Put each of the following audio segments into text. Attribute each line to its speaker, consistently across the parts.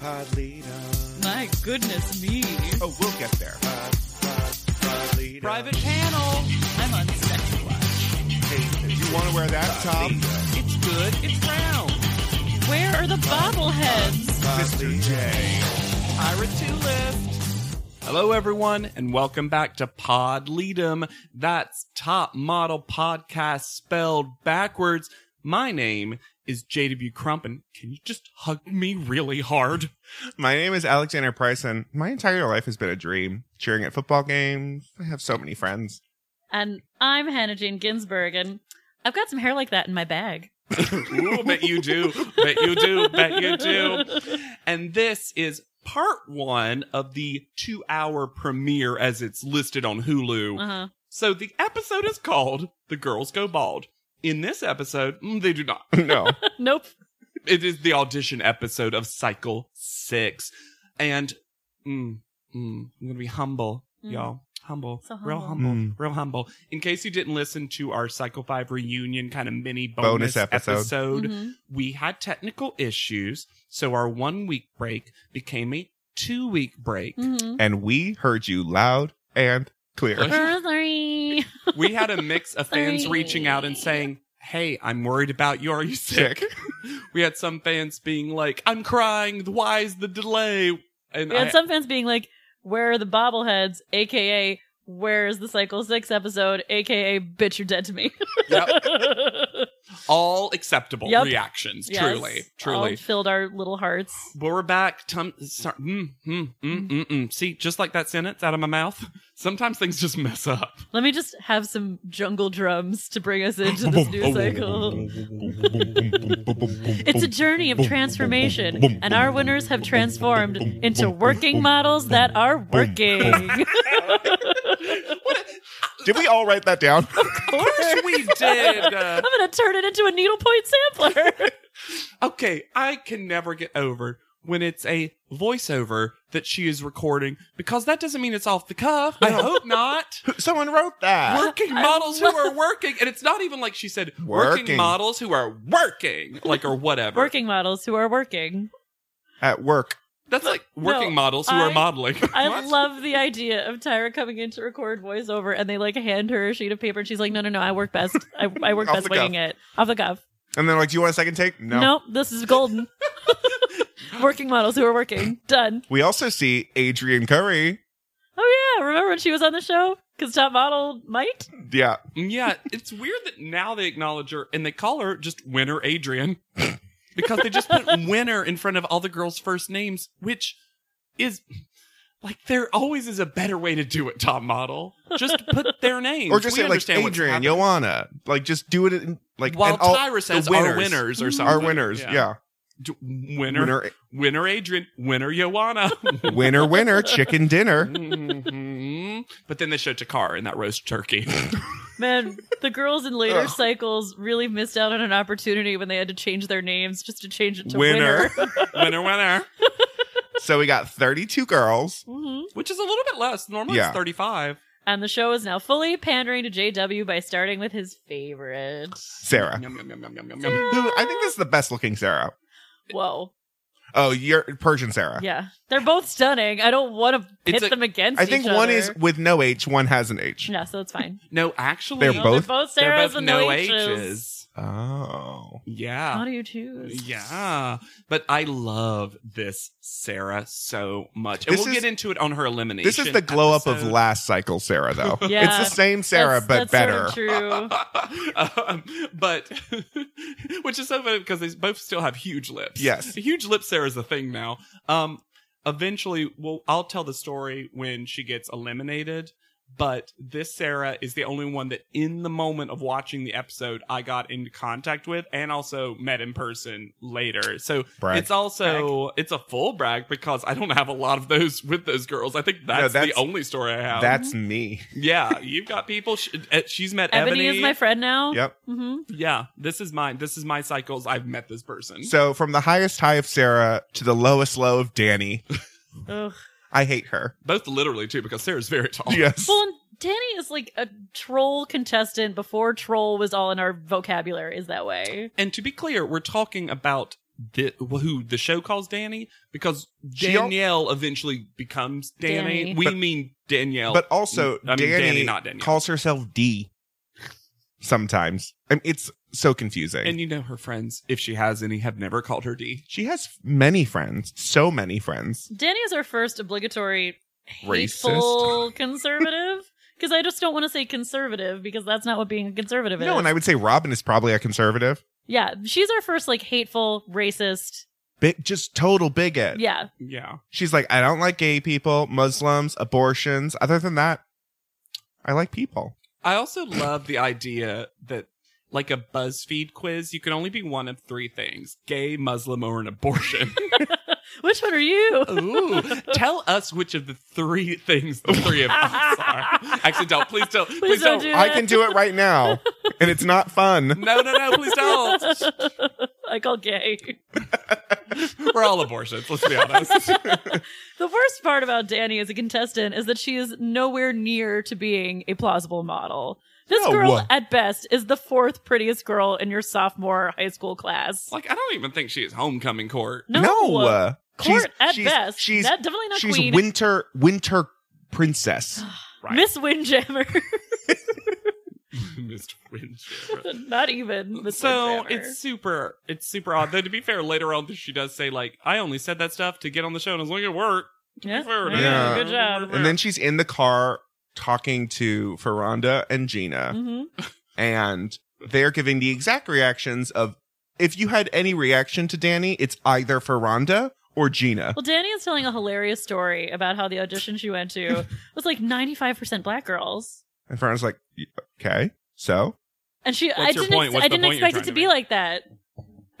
Speaker 1: Podlita.
Speaker 2: My goodness me.
Speaker 1: Oh, we'll get there. Pod, pod, Podlita.
Speaker 2: Private panel. I'm on sex watch.
Speaker 1: Hey, if you want to wear that top,
Speaker 2: It's good. It's round. Where are the bobbleheads?
Speaker 1: Mr. J.
Speaker 2: Ira two lift.
Speaker 3: Hello, everyone, and welcome back to Pod Leadem. That's Top Model Podcast spelled backwards. My name is JW Crump, and can you just hug me really hard?
Speaker 1: My name is Alexander Price, and my entire life has been a dream. Cheering at football games. I have so many friends.
Speaker 2: And I'm Hannah Jane Ginsburg, and I've got some hair like that in my bag.
Speaker 3: Ooh, bet you do. Bet you do. Bet you do. And this is part one of the two hour premiere as it's listed on Hulu.
Speaker 2: Uh huh.
Speaker 3: So the episode is called The Girls Go Bald. In this episode, mm, they do not.
Speaker 1: no.
Speaker 2: Nope.
Speaker 3: It is the audition episode of Cycle Six, and mm, mm, I'm gonna be humble,
Speaker 2: Mm.
Speaker 3: y'all. Humble,
Speaker 2: So
Speaker 3: real
Speaker 2: humble.
Speaker 3: humble,
Speaker 1: Mm.
Speaker 3: real humble. In case you didn't listen to our Cycle Five reunion kind of mini bonus,
Speaker 1: Bonus
Speaker 3: episode,
Speaker 1: episode.
Speaker 2: Mhm.
Speaker 3: we had technical issues, so our one week break became a two week break.
Speaker 2: Mhm.
Speaker 1: And we heard you loud and clear.
Speaker 2: Oh, sorry.
Speaker 3: We had a mix of fans
Speaker 2: Sorry.
Speaker 3: reaching out and saying, "Hey, I'm worried about you. Are you sick?"
Speaker 1: Sick.
Speaker 3: we had some fans being like, "I'm crying. Why is the delay?" And
Speaker 2: We had
Speaker 3: I-
Speaker 2: some fans being like, "Where are the bobbleheads?" AKA, "Where's the Cycle Six episode?" AKA, "Bitch, you're dead to me."
Speaker 3: Yep. all acceptable
Speaker 2: Yep.
Speaker 3: reactions.
Speaker 2: Yes.
Speaker 3: Truly,
Speaker 2: All
Speaker 3: truly.
Speaker 2: filled our little hearts.
Speaker 3: But we're back. Tum- sorry, mm, mm, mm,
Speaker 2: Mm-hmm.
Speaker 3: mm, mm. See, just like that sentence out of my mouth, sometimes things just mess up.
Speaker 2: Let me just have some jungle drums to bring us into this new cycle. It's a journey of transformation, and our winners have transformed into working models that are working.
Speaker 1: Did we all write that down?
Speaker 3: Of course we did. Uh,
Speaker 2: I'm gonna turn it into a needlepoint sampler.
Speaker 3: okay, I can never get over when it's a voiceover that she is recording because that doesn't mean it's off the cuff. I hope not.
Speaker 1: Someone wrote that.
Speaker 3: working models who are working, and it's not even like she said working,
Speaker 1: Working.
Speaker 3: models who are working, like or whatever.
Speaker 2: working models who are working.
Speaker 1: At work.
Speaker 3: That's like working
Speaker 2: No,
Speaker 3: models who
Speaker 2: I-
Speaker 3: are modeling.
Speaker 2: I
Speaker 3: What?
Speaker 2: love the idea of Tyra coming in to record voiceover, and they like hand her a sheet of paper, and she's like, "No, no, no, I work best. I, I work
Speaker 1: Off
Speaker 2: best
Speaker 1: the cuff.
Speaker 2: winging it off the cuff.
Speaker 1: And they're like, Do you want a second take? No.
Speaker 2: Nope, this is golden. working models who are working. Done.
Speaker 1: We also see Adrian Curry.
Speaker 2: Oh yeah, remember when she was on the show? Because top model might.
Speaker 1: Yeah.
Speaker 3: Mm, Yeah, it's weird that now they acknowledge her and they call her just Winner Adrian because they just put Winner in front of all the girls' first names, which is like there always is a better way to do it. Top model, just put their names
Speaker 1: Or just say
Speaker 3: We
Speaker 1: like
Speaker 3: understand what's
Speaker 1: Adrian,
Speaker 3: happening.
Speaker 1: Joanna. Like just do it in, like
Speaker 3: While
Speaker 1: and all-
Speaker 3: Tyra says
Speaker 1: winners.
Speaker 3: our winners or something,
Speaker 1: our winners. Yeah.
Speaker 3: D- winner, winner,
Speaker 1: Winner
Speaker 3: Adrian, winner Joanna.
Speaker 1: winner winner chicken dinner.
Speaker 3: Mhm. But then they show Takar in that roast turkey.
Speaker 2: Man, the girls in later
Speaker 1: Ugh.
Speaker 2: cycles really missed out on an opportunity when they had to change their names just to change it to
Speaker 1: Winner.
Speaker 2: winner.
Speaker 3: winner, winner.
Speaker 1: So we got 32 girls.
Speaker 2: hmm
Speaker 3: Which is a little bit less. Normally
Speaker 1: Yeah.
Speaker 3: it's 35.
Speaker 2: And the show is now fully pandering to JW by starting with his favorite.
Speaker 1: Sarah.
Speaker 3: Yum, yum, yum, yum, yum, yum, yum.
Speaker 1: Who I think this is the best looking Sarah.
Speaker 2: Whoa.
Speaker 1: Oh, you're Persian Sarah.
Speaker 2: Yeah. They're both stunning. I don't want to
Speaker 3: It's
Speaker 2: pit
Speaker 3: a-
Speaker 2: them against
Speaker 1: I think
Speaker 2: each
Speaker 1: one
Speaker 2: other.
Speaker 1: is with no H, one has an H.
Speaker 2: Yeah, so it's fine.
Speaker 3: No, actually,
Speaker 1: They're
Speaker 2: No,
Speaker 1: both-
Speaker 2: they're both
Speaker 3: they're
Speaker 2: Sarah's
Speaker 3: both
Speaker 2: and
Speaker 3: no
Speaker 2: no
Speaker 3: H's.
Speaker 2: H's.
Speaker 1: Oh.
Speaker 2: How
Speaker 3: Yeah.
Speaker 2: do you choose?
Speaker 3: Yeah. But I love this Sarah so much. And
Speaker 1: This
Speaker 3: we'll
Speaker 1: is-
Speaker 3: get into it on her elimination.
Speaker 1: This is the glow up of
Speaker 3: episode.
Speaker 1: last cycle Sarah though.
Speaker 2: Yeah.
Speaker 1: It's the same Sarah
Speaker 2: That's-
Speaker 1: but
Speaker 2: that's
Speaker 1: better.
Speaker 2: Sort of true.
Speaker 3: um, but which is so funny because they both still have huge lips.
Speaker 1: Yes.
Speaker 3: huge lip Sarah is a thing now. Um, eventually, well, I'll tell the story when she gets eliminated. But this Sarah is the only one that, in the moment of watching the episode, I got into contact with and also met in person later. So
Speaker 1: Brag.
Speaker 3: it's also it's a full brag because I don't have a lot of those with those girls. I think that's,
Speaker 1: that's-
Speaker 3: the only story I have.
Speaker 1: That's me.
Speaker 3: yeah, you've got people. She, uh, she's met
Speaker 2: Ebony
Speaker 3: Ebony.
Speaker 2: is my friend now.
Speaker 1: Yep.
Speaker 2: hmm
Speaker 3: yeah, this is mine. This is my cycles. I've met this person.
Speaker 1: So from the highest high of Sarah to the lowest low of Danny,
Speaker 2: Ugh.
Speaker 1: I hate her.
Speaker 3: Both literally too, because Sarah's very tall.
Speaker 1: Yes.
Speaker 2: Oh. Well, and Danny is like a troll contestant before troll was all in our vocabulary. Is that way?
Speaker 3: And to be clear, we're talking about the, who the show calls Danny because
Speaker 1: She al-
Speaker 3: Danielle eventually becomes Danny.
Speaker 2: Danny.
Speaker 3: We
Speaker 1: But-
Speaker 3: mean Danielle.
Speaker 1: But also,
Speaker 3: I mean,
Speaker 1: Danny,
Speaker 3: Danny, not Danielle.
Speaker 1: calls herself D sometimes. I mean, it's so confusing.
Speaker 3: and you know her friends, if she has any, have never called her D.
Speaker 1: she has many friends, so many friends.
Speaker 2: Danny is our first obligatory hateful conservative. Because I just don't want to say conservative because that's not what being a conservative is.
Speaker 1: No, and I would say Robin is probably a conservative.
Speaker 2: yeah, she's our first like hateful racist.
Speaker 1: Big, just total bigot.
Speaker 2: Yeah,
Speaker 3: Yeah.
Speaker 1: She's like, I don't like gay people, Muslims, abortions. Other than that, I like people.
Speaker 3: I also love the idea that like a BuzzFeed quiz, you can only be one of three things: gay, Muslim, or an abortion.
Speaker 2: which one are you?
Speaker 3: Ooh, tell us which of the three things the three of us are. Actually, don't. Please don't. Please,
Speaker 2: don't
Speaker 3: don't.
Speaker 2: do
Speaker 1: I can do it right now, and it's not fun.
Speaker 3: No, no, no. Please don't.
Speaker 2: I call gay.
Speaker 3: We're all abortions. Let's be honest.
Speaker 2: The worst part about Danny as a contestant is that she is nowhere near to being a plausible model. This
Speaker 1: No.
Speaker 2: girl, at best, is the fourth prettiest girl in your sophomore high school class.
Speaker 3: Like, I don't even think she is homecoming court.
Speaker 2: No,
Speaker 1: uh,
Speaker 2: court
Speaker 1: she's-
Speaker 2: at
Speaker 1: she's-
Speaker 2: best.
Speaker 1: She's
Speaker 2: That- definitely not
Speaker 1: she's
Speaker 2: queen.
Speaker 1: winter winter princess.
Speaker 3: Right.
Speaker 2: Miss Windjammer,
Speaker 3: Mr. Winchester.
Speaker 2: not even Miss
Speaker 3: So
Speaker 2: Windjammer.
Speaker 3: it's super, it's super odd. Though to be fair, later on she does say like, "I only said that stuff to get on the show, and I was looking at work."
Speaker 2: yeah,
Speaker 3: fair,
Speaker 2: yeah,
Speaker 1: yeah.
Speaker 2: good job.
Speaker 1: And then she's in the car talking to Ferranda and Gina,
Speaker 2: hmm
Speaker 1: and they're giving the exact reactions of if you had any reaction to Danny, it's either Ferranda or Gina.
Speaker 2: Well, Danny is telling a hilarious story about how the audition she went to was like ninety-five percent black girls.
Speaker 1: And Ferranda's like, "Y- okay, so?
Speaker 2: And she, I
Speaker 3: What's your
Speaker 2: didn't,
Speaker 3: point?
Speaker 2: ex-
Speaker 3: What's
Speaker 2: I
Speaker 3: the
Speaker 2: didn't
Speaker 3: point you're
Speaker 2: expect it
Speaker 3: trying
Speaker 2: to
Speaker 3: to
Speaker 2: be
Speaker 3: make?
Speaker 2: like that.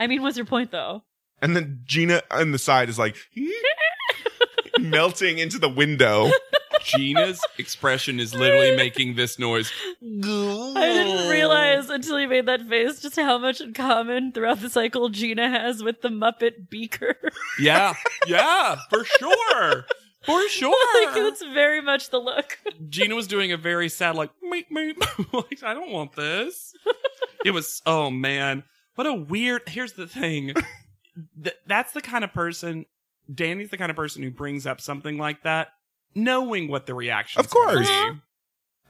Speaker 2: I mean, what's your point though?
Speaker 1: And then Gina on the side is like, melting into the window.
Speaker 3: Gina's expression is literally making this noise.
Speaker 2: I didn't realize until you made that face just how much in common throughout the cycle Gina has with the Muppet Beaker.
Speaker 3: Yeah, yeah, for sure, for
Speaker 2: like,
Speaker 3: sure.
Speaker 2: it's very much the look.
Speaker 3: Gina was doing a very sad like, meep meep. like, I don't want this. it was oh man, what a weird. Here's the thing, Th- that's the kind of person. Danny's the kind of person who brings up something like that, knowing what the reaction.
Speaker 1: Of course.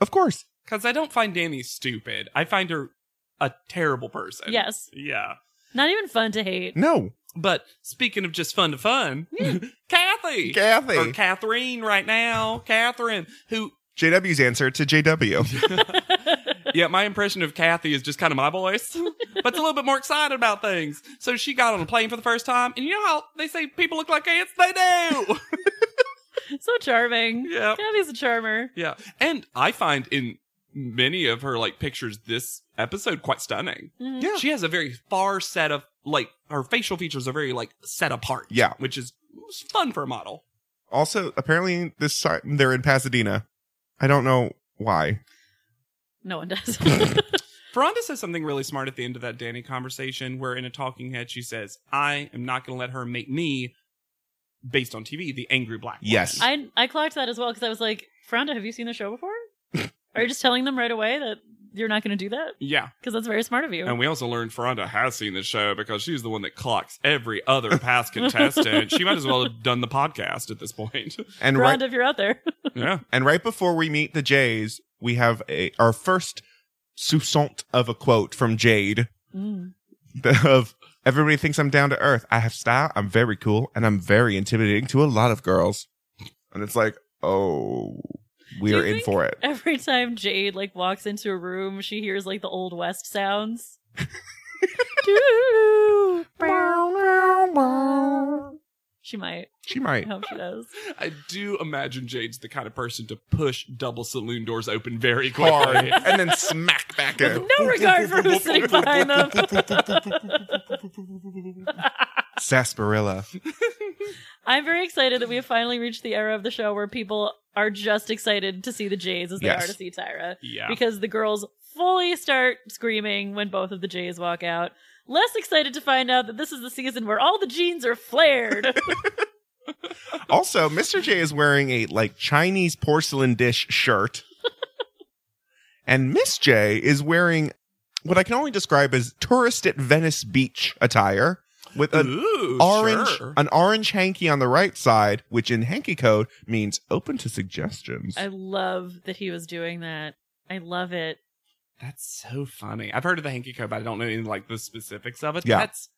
Speaker 1: Of course.
Speaker 3: because I don't find Danny stupid. I find her a terrible person.
Speaker 2: Yes.
Speaker 3: Yeah.
Speaker 2: Not even fun to hate.
Speaker 1: No.
Speaker 3: But speaking of just fun to fun, Kathy.
Speaker 1: Kathy.
Speaker 3: Or Catherine right now. Catherine, who
Speaker 1: JW's answer to JW.
Speaker 3: yeah, my impression of Kathy is just kind of my voice, but it's a little bit more excited about things. So she got on a plane for the first time, and you know how they say people look like ants? They do.
Speaker 2: so charming.
Speaker 3: Yep.
Speaker 2: Gabby's a charmer.
Speaker 3: yeah, and I find in many of her like pictures this episode quite stunning.
Speaker 2: Mhm.
Speaker 1: Yeah.
Speaker 3: She has a very far set of like her facial features are very like set apart.
Speaker 1: Yeah.
Speaker 3: which is fun for a model.
Speaker 1: also, apparently, this time they're in Pasadena. I don't know why.
Speaker 2: No one does.
Speaker 3: Ferranda says something really smart at the end of that Danny conversation, where in a talking head she says, "I am not going to let her make me." Based on TV, the angry black. woman."
Speaker 1: Yes.
Speaker 2: I, I clocked that as well because I was like, Fronda, have you seen the show before? Are you just telling them right away that you're not going to do that?
Speaker 3: Yeah.
Speaker 2: Because that's very smart of you.
Speaker 3: And we also learned Ferranda has seen the show because she's the one that clocks every other past contestant. She might as well have done the podcast at this point.
Speaker 1: And right,
Speaker 2: Fronda, if you're out there.
Speaker 3: Yeah.
Speaker 1: and right before we meet the Jays, we have a our first soupçon of a quote from Jade
Speaker 2: Mm.
Speaker 1: of everybody thinks I'm down to earth. I have style, I'm very cool, and I'm very intimidating to a lot of girls. And it's like, oh, we
Speaker 2: Do
Speaker 1: are
Speaker 2: you
Speaker 1: in
Speaker 2: think-
Speaker 1: for it.
Speaker 2: Every time Jade like walks into a room, she hears like the old west sounds. She might.
Speaker 1: She
Speaker 2: I
Speaker 1: might.
Speaker 2: hope she does.
Speaker 3: I do imagine Jade's the kind of person to push double saloon doors open very
Speaker 1: Hard
Speaker 3: quickly.
Speaker 1: and then smack back at him.
Speaker 2: No regard for who's sitting behind them.
Speaker 1: Sarsaparilla.
Speaker 2: I'm very excited that we have finally reached the era of the show where people are just excited to see the Jays as they
Speaker 1: Yes.
Speaker 2: are to see Tyra.
Speaker 3: yeah.
Speaker 2: Because the girls fully start screaming when both of the Jays walk out. Less excited to find out that this is the season where all the jeans are flared.
Speaker 1: Also, Mr. J is wearing a like Chinese porcelain dish shirt. and Miss J is wearing what I can only describe as tourist at Venice Beach attire with an
Speaker 3: Ooh,
Speaker 1: orange
Speaker 3: sure.
Speaker 1: an orange hanky on the right side, which in hanky code means open to suggestions.
Speaker 2: I love that he was doing that. I love it.
Speaker 3: That's so funny. I've heard of the hanky code, but I don't know any like the specifics of it.
Speaker 1: Yeah.
Speaker 3: That's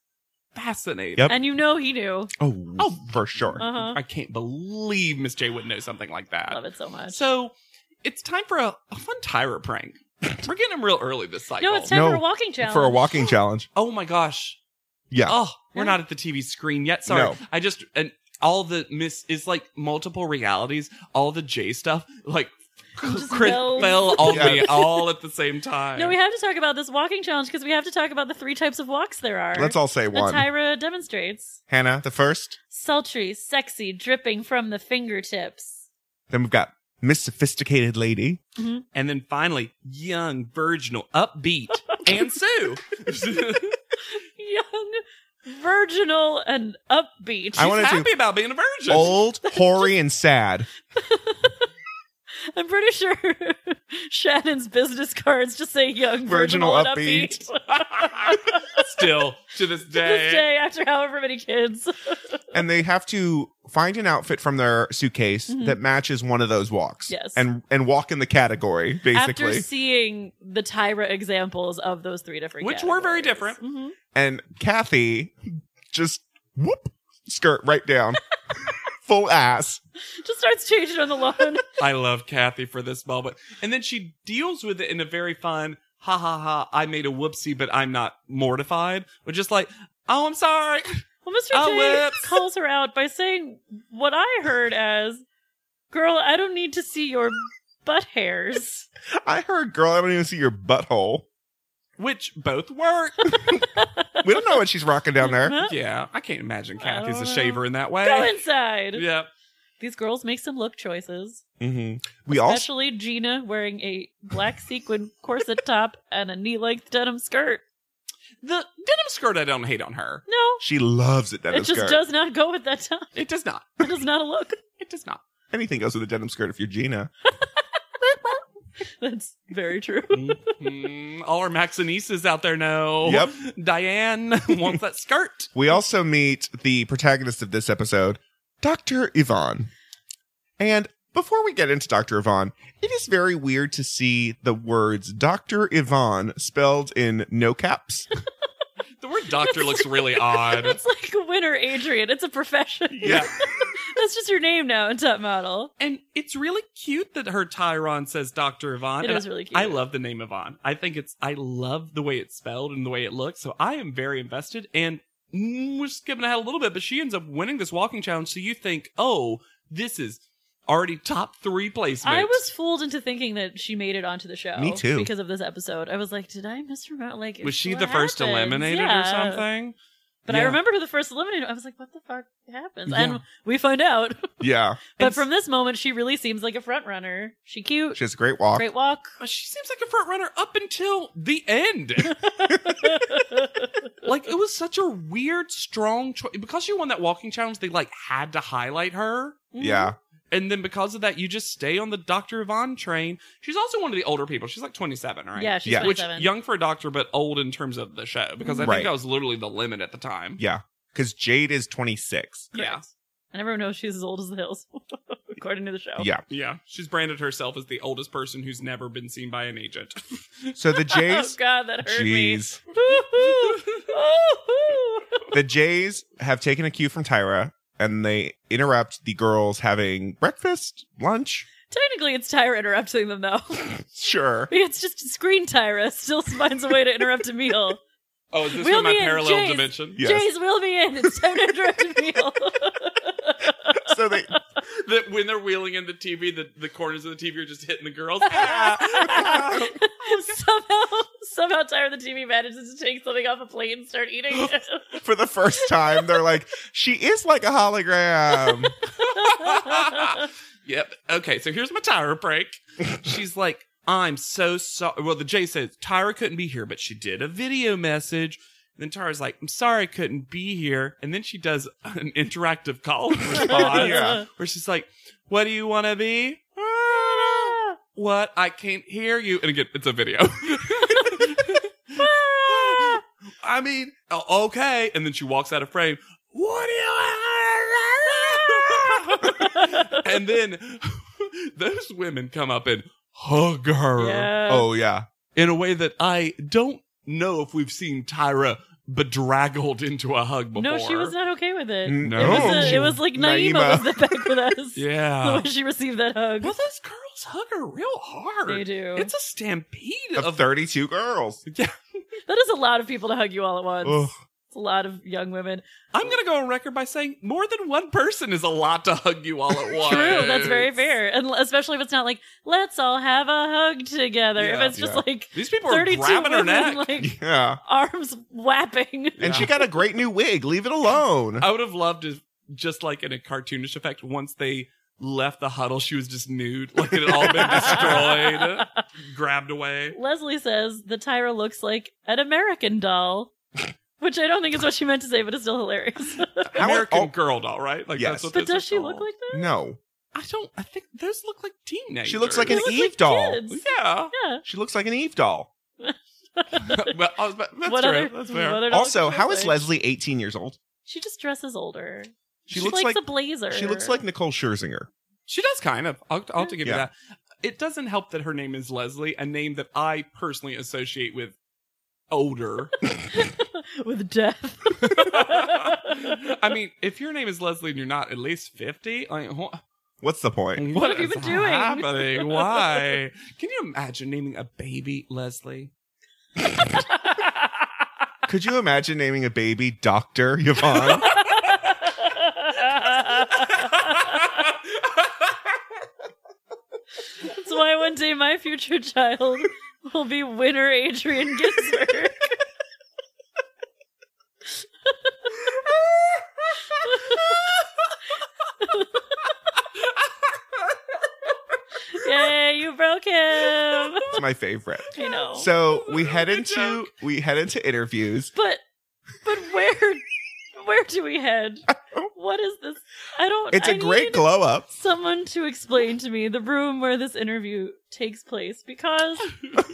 Speaker 3: fascinating.
Speaker 1: Yep.
Speaker 2: And you know he knew.
Speaker 1: oh,
Speaker 3: Oh.
Speaker 1: for sure.
Speaker 2: Uh huh.
Speaker 3: I can't believe Miss J would know something like that.
Speaker 2: Love it so much.
Speaker 3: So it's time for a, a fun Tyra prank. We're getting them real early this cycle.
Speaker 2: No, it's time
Speaker 1: No,
Speaker 2: for a walking challenge.
Speaker 1: For a walking challenge.
Speaker 3: oh my gosh.
Speaker 1: Yeah.
Speaker 3: Oh, we're not at the TV screen yet. Sorry.
Speaker 1: No.
Speaker 3: I just and all the Miss is like multiple realities. All the J stuff like
Speaker 2: Just
Speaker 3: cri-
Speaker 2: melds.
Speaker 3: fell on me
Speaker 1: Yes.
Speaker 3: all at the same time.
Speaker 2: No, we have to talk about this walking challenge because we have to talk about the three types of walks there are.
Speaker 1: Let's all say
Speaker 2: that
Speaker 1: one.
Speaker 2: Tyra demonstrates.
Speaker 1: Hannah, the first.
Speaker 2: Sultry, sexy, dripping from the fingertips.
Speaker 1: Then we've got Miss Sophisticated Lady.
Speaker 3: and then finally, young, virginal, upbeat, and Sue.
Speaker 2: Young, virginal, and upbeat.
Speaker 1: I
Speaker 3: I
Speaker 1: wanna
Speaker 3: want
Speaker 1: do
Speaker 3: to happy about being a virgin.
Speaker 1: Old, hoary, and sad.
Speaker 2: I'm pretty sure Shannon's business cards just say young,
Speaker 1: Virginal,
Speaker 2: virginal,
Speaker 1: upbeat.
Speaker 2: and upbeat.
Speaker 3: Still to this day.
Speaker 2: this day, after however many kids.
Speaker 1: and they have to find an outfit from their suitcase
Speaker 2: Mhm.
Speaker 1: that matches one of those walks.
Speaker 2: Yes.
Speaker 1: And and walk in the category, basically.
Speaker 2: After seeing the Tyra examples of those three different
Speaker 3: Which were very different.
Speaker 2: hmm
Speaker 1: and Kathy just whoop skirt right down. Full ass.
Speaker 2: Just starts changing on the lawn.
Speaker 3: I love Kathy for this moment. And then she deals with it in a very fun, ha ha ha, I made a whoopsie, but I'm not mortified. Or just like, oh, I'm sorry.
Speaker 2: Well, Mr.
Speaker 3: Oh,
Speaker 2: J
Speaker 3: whoops.
Speaker 2: calls her out by saying what I heard as, "Girl, I don't need to see your butt hairs."
Speaker 1: I heard, girl, I don't even see your butthole.
Speaker 3: Which both work.
Speaker 1: We don't know what she's rocking down there.
Speaker 2: Huh?
Speaker 3: yeah, I can't imagine
Speaker 2: I don't
Speaker 3: Kathy's a
Speaker 2: know.
Speaker 3: shaver in that way.
Speaker 2: Go inside.
Speaker 3: Yeah.
Speaker 2: These girls make some look choices,
Speaker 1: Mm-hmm. We also
Speaker 2: especially Gina wearing a black sequin corset top and a knee-length denim skirt.
Speaker 3: The denim skirt, I don't hate on her.
Speaker 2: No,
Speaker 1: she loves it. Denim
Speaker 2: it just
Speaker 1: skirt.
Speaker 2: does not go with that top.
Speaker 3: It does not.
Speaker 2: It is not a look.
Speaker 3: It does not.
Speaker 1: Anything goes with a denim skirt if you're Gina.
Speaker 2: That's very true.
Speaker 3: Mhm. All our Maxineses out there know.
Speaker 1: Yep.
Speaker 3: Diane wants that skirt.
Speaker 1: We also meet the protagonist of this episode, Dr. Yvonne. And before we get into Dr. Yvonne, it is very weird to see the words Dr. Yvonne spelled in no caps.
Speaker 3: The word doctor looks really odd.
Speaker 2: It's like a winner, Adrian. It's a profession.
Speaker 3: Yeah.
Speaker 2: That's just your name now in top model.
Speaker 3: And it's really cute that her Tyron says Dr. Yvonne.
Speaker 2: It
Speaker 3: and
Speaker 2: is really cute.
Speaker 3: I love the name Yvonne. I think it's, I love the way it's spelled and the way it looks. So I am very invested. And mm, we're skipping ahead a little bit, but she ends up winning this walking challenge. So you think, oh, this is already top three placement.
Speaker 2: I was fooled into thinking that she made it onto the show.
Speaker 1: Me too.
Speaker 2: Because of this episode. I was like, did I misremember? Like,
Speaker 3: Was she
Speaker 2: what
Speaker 3: the first
Speaker 2: happens?
Speaker 3: eliminated or
Speaker 2: Yeah.
Speaker 3: something?
Speaker 2: But I
Speaker 3: Yeah.
Speaker 2: remember her the first eliminated. I was like, what the fuck happens?
Speaker 3: Yeah.
Speaker 2: And we find out.
Speaker 1: yeah.
Speaker 2: but
Speaker 3: It's-
Speaker 2: from this moment, she really seems like a front runner. She cute.
Speaker 1: She has a great walk.
Speaker 2: Great walk.
Speaker 3: But she seems like a front runner up until the end.
Speaker 2: Mm-hmm.
Speaker 3: like it was such a weird, strong choice because she won that walking challenge. They like had to highlight her.
Speaker 1: Yeah.
Speaker 3: And then because of that, you just stay on the Dr. Yvonne train. She's also one of the older people. She's like 27, right?
Speaker 2: Yeah, she's
Speaker 1: Yeah.
Speaker 3: Which
Speaker 2: 27.
Speaker 3: young for a doctor, but old in terms of the show because I
Speaker 1: Right.
Speaker 3: think that was literally the limit at the time.
Speaker 1: Yeah. Because Jade is 26.
Speaker 3: Yeah.
Speaker 2: And everyone knows she's as old as the hills, according to the show.
Speaker 1: Yeah.
Speaker 3: Yeah. She's branded herself as the oldest person who's never been seen by an agent.
Speaker 1: So the
Speaker 2: Oh,
Speaker 1: Jays.
Speaker 2: God, that hurt me.
Speaker 1: Jeez.
Speaker 2: Woo-hoo.
Speaker 1: The Jays have taken a cue from Tyra and they interrupt the girls having breakfast, lunch.
Speaker 2: Technically, it's Tyra interrupting them, though.
Speaker 1: Sure.
Speaker 2: it's just screen Tyra still finds a way to interrupt a meal.
Speaker 3: oh, is this
Speaker 2: We'll
Speaker 3: from my
Speaker 2: be in
Speaker 3: parallel
Speaker 2: Jay's-
Speaker 3: dimension?
Speaker 1: Yes.
Speaker 2: Jays will be in. It's time to interrupt a meal.
Speaker 3: that when they're wheeling in the TV, the, the corners of the TV are just hitting the girls. Ah!
Speaker 2: somehow, somehow, Tyra the TV manages to take something off a plate and start eating it.
Speaker 1: For the first time, they're like, she is like a hologram.
Speaker 3: yep. Okay, so here's my Tyra break. She's like, I'm so sorry. Well, the Jay says, Tyra couldn't be here, but she did a video message. And then Tyra's like, I'm sorry I couldn't be here. And then she does an interactive call response
Speaker 1: Yeah.
Speaker 3: where she's like, What do you want to be? What? I can't hear you. And again, it's a video. I mean, o- okay. And then she walks out of frame. What do you And then those women come up and hug her
Speaker 2: yeah.
Speaker 1: oh, yeah.
Speaker 3: in a way that I don't know if we've seen Tyra bedraggled into a hug before.
Speaker 2: no, she was not okay with it.
Speaker 1: No.
Speaker 2: It was, a- it was like Naima,
Speaker 1: Naima.
Speaker 2: was the back with us.
Speaker 3: Yeah.
Speaker 2: When she received that hug.
Speaker 3: Well, those girls hug her real hard.
Speaker 2: They do.
Speaker 3: It's a stampede
Speaker 1: Of
Speaker 3: of
Speaker 1: 32 girls.
Speaker 3: yeah.
Speaker 2: That is a lot of people to hug you all at once.
Speaker 1: Ugh.
Speaker 2: It's a lot of young women.
Speaker 3: I'm gonna go on record by saying more than one person is a lot to hug you all at once.
Speaker 2: True, that's very fair. And especially if it's not like, let's all have a hug together. if
Speaker 3: Yeah,
Speaker 2: it's just
Speaker 1: yeah.
Speaker 2: like
Speaker 3: These people are
Speaker 2: 32
Speaker 3: grabbing her
Speaker 2: women,
Speaker 3: neck.
Speaker 2: like
Speaker 1: Yeah.
Speaker 2: arms whapping.
Speaker 1: And
Speaker 3: Yeah.
Speaker 1: she got a great new wig. Leave it alone.
Speaker 2: Uh,
Speaker 3: I would have loved if, just like in a cartoonish effect, once they left the huddle, she was just nude, like it had all been destroyed, grabbed away.
Speaker 2: Leslie says that Tyra looks like an American doll, which I don't think is what she meant to say, but it's still hilarious.
Speaker 1: How-
Speaker 3: American
Speaker 1: oh,
Speaker 3: Girl doll, right? Like
Speaker 1: Yes.
Speaker 3: that's what
Speaker 2: but
Speaker 3: this
Speaker 2: does
Speaker 3: is
Speaker 2: she
Speaker 3: called.
Speaker 2: look like that?
Speaker 1: no.
Speaker 3: I don't. I think those look like teenagers.
Speaker 1: She looks like
Speaker 2: They
Speaker 1: an e-
Speaker 2: look
Speaker 1: Eve
Speaker 2: like
Speaker 1: doll.
Speaker 2: kids.
Speaker 3: Yeah.
Speaker 2: Yeah.
Speaker 1: She looks like an Eve doll.
Speaker 3: well, I was, about- that's
Speaker 2: what
Speaker 3: fair.
Speaker 2: other?
Speaker 3: that's
Speaker 2: what
Speaker 3: fair.
Speaker 2: other doll
Speaker 1: Also,
Speaker 2: could she
Speaker 1: how
Speaker 2: look
Speaker 1: is
Speaker 2: like?
Speaker 1: Leslie 18 years old?
Speaker 2: She just dresses older.
Speaker 1: She looks
Speaker 2: likes
Speaker 1: like-
Speaker 2: a blazer.
Speaker 1: She looks like Nicole Scherzinger.
Speaker 3: She does kind of. I'll, I'll have to give
Speaker 1: Yeah.
Speaker 3: you that. It doesn't help that her name is Leslie, a name that I personally associate with older.
Speaker 2: with death.
Speaker 3: I mean, if your name is Leslie and you're not at least fifty, like wh-
Speaker 1: What's the point?
Speaker 3: what
Speaker 2: have you
Speaker 3: is
Speaker 2: been doing?
Speaker 3: happening? Why? Can you imagine naming a baby Leslie?
Speaker 1: Could you imagine naming a baby Dr. Yvonne?
Speaker 2: That's why one day my future child will be winner Adrian Ginsberg. Yay, you broke him.
Speaker 1: It's my favorite.
Speaker 2: You know.
Speaker 1: So we
Speaker 2: Oh,
Speaker 1: head
Speaker 3: Good
Speaker 1: into
Speaker 3: joke.
Speaker 1: we head into interviews.
Speaker 2: but but where where do we head? What is this? I don't
Speaker 1: It's a
Speaker 2: I
Speaker 1: great
Speaker 2: need
Speaker 1: glow up.
Speaker 2: someone to explain to me the room where this interview takes place because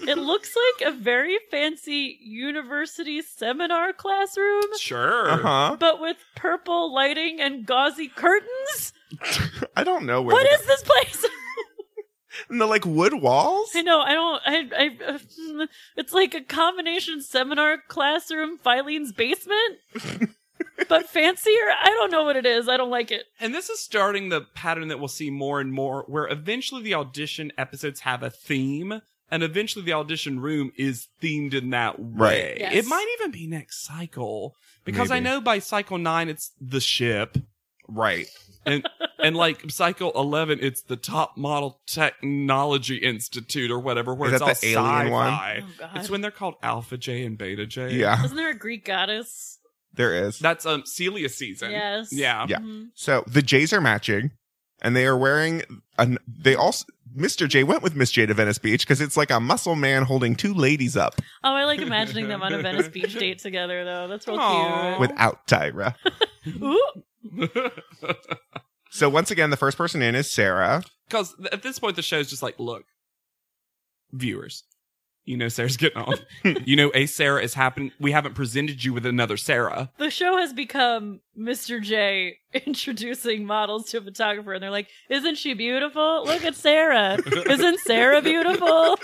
Speaker 2: it looks like a very fancy university seminar classroom
Speaker 3: Sure.
Speaker 1: Uh huh.
Speaker 2: but with purple lighting and gauzy curtains.
Speaker 1: I don't know where.
Speaker 2: What
Speaker 1: they
Speaker 2: is this place?
Speaker 1: go. and the like wood walls?
Speaker 2: I know. I don't. I. I. It's like a combination seminar classroom, Filene's basement, but fancier. I don't know what it is. I don't like it.
Speaker 3: And this is starting the pattern that we'll see more and more, where eventually the audition episodes have a theme, and eventually the audition room is themed in that way.
Speaker 1: Right.
Speaker 2: Yes.
Speaker 3: It might even be next cycle, because I
Speaker 1: Maybe.
Speaker 3: know by cycle nine it's the ship,
Speaker 1: Right.
Speaker 3: and and like cycle eleven it's the top model technology institute or whatever, where
Speaker 1: Is
Speaker 3: it's
Speaker 1: that
Speaker 3: all
Speaker 1: the alien one?
Speaker 3: sci-fi.
Speaker 2: Oh, God.
Speaker 3: It's when they're called Alpha J and Beta J.
Speaker 1: Yeah,
Speaker 2: Isn't there a Greek goddess?
Speaker 1: there is.
Speaker 3: that's um Celia season.
Speaker 2: Yes.
Speaker 3: Yeah.
Speaker 1: Yeah.
Speaker 2: Mhm.
Speaker 1: So the Jays are matching, and they are wearing. An, they also Mr. J went with Miss J to Venice Beach because it's like a muscle man holding two ladies up
Speaker 2: Oh, I like imagining them on a Venice Beach date together, though. That's real
Speaker 3: Aw.
Speaker 2: cute.
Speaker 1: without Tyra.
Speaker 2: Ooh.
Speaker 1: So once again, the first person in is Sarah.
Speaker 3: Because th- at this point, the show's just like, look, viewers, you know Sarah's getting on. you know a Sarah is happening. We haven't presented you with another Sarah.
Speaker 2: The show has become Mr. J introducing models to a photographer, and they're like, Isn't she beautiful? Look at Sarah. Isn't Sarah beautiful?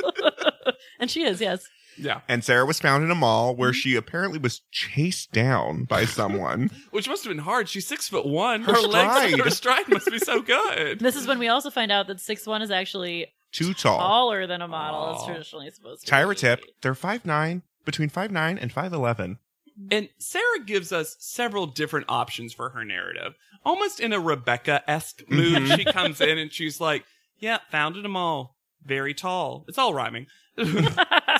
Speaker 2: and she is, yes.
Speaker 3: Yeah.
Speaker 1: And Sarah was found in a mall where
Speaker 2: Mm-hmm.
Speaker 1: she apparently was chased down by someone.
Speaker 3: Which must have been hard. She's six foot one.
Speaker 1: Her
Speaker 3: Her, legs
Speaker 1: stride.
Speaker 3: and her stride must be so good.
Speaker 2: This is when we also find out that 6'1 is actually
Speaker 1: Too tall.
Speaker 2: taller than a model is
Speaker 3: Aw.
Speaker 2: traditionally supposed to
Speaker 1: Tyra
Speaker 2: be.
Speaker 1: tip. They're five nine, between five nine and five eleven.
Speaker 3: And Sarah gives us several different options for her narrative. Almost in a Rebecca esque mood, she comes in and she's like, Yeah, founded them all. Very tall. It's all rhyming.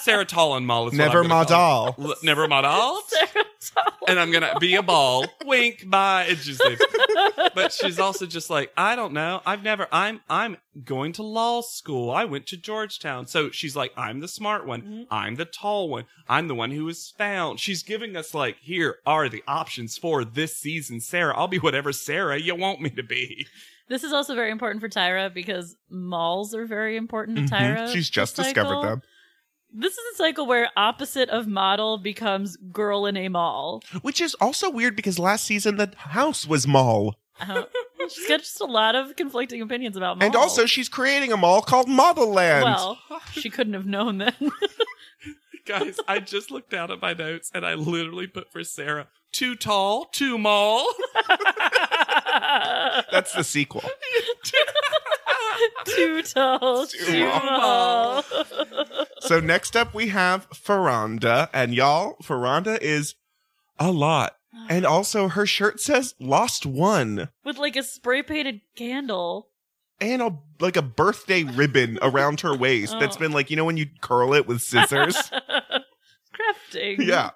Speaker 3: Sarah Tall and Mall is what
Speaker 1: Never
Speaker 3: I'm gonna call
Speaker 1: Madal.
Speaker 3: her. L- Never Madal.
Speaker 2: Sarah Tall.
Speaker 3: And I'm going to be a ball. Wink, bye. It just leaves. But she's also just like, I don't know. I've never, I'm, I'm going to law school. I went to Georgetown. So she's like, I'm the smart one.
Speaker 2: Mm-hmm.
Speaker 3: I'm the tall one. I'm the one who was found. She's giving us like, here are the options for this season, Sarah. I'll be whatever Sarah you want me to be.
Speaker 2: This is also very important for Tyra because malls are very important to
Speaker 1: Mhm.
Speaker 2: Tyra.
Speaker 1: She's
Speaker 2: this
Speaker 1: just
Speaker 2: cycle.
Speaker 1: discovered them.
Speaker 2: This is a cycle where opposite of model becomes girl in a mall.
Speaker 1: Which is also weird because last season the house was mall.
Speaker 2: I don't- Uh, She's got just a lot of conflicting opinions about malls.
Speaker 1: And also she's creating a mall called Model Land.
Speaker 2: well, she couldn't have known then.
Speaker 3: Guys, I just looked down at my notes and I literally put for Sarah, too tall, too mall.
Speaker 1: That's the sequel.
Speaker 2: too tall, too,
Speaker 3: tall.
Speaker 2: tall.
Speaker 1: so next up we have Ferranda. And y'all, Ferranda is a lot. And also her shirt says lost one.
Speaker 2: With like a spray painted candle.
Speaker 1: And a like a birthday ribbon around her waist that's been like, you know, when you curl it with scissors?
Speaker 2: Crafting.
Speaker 1: yeah.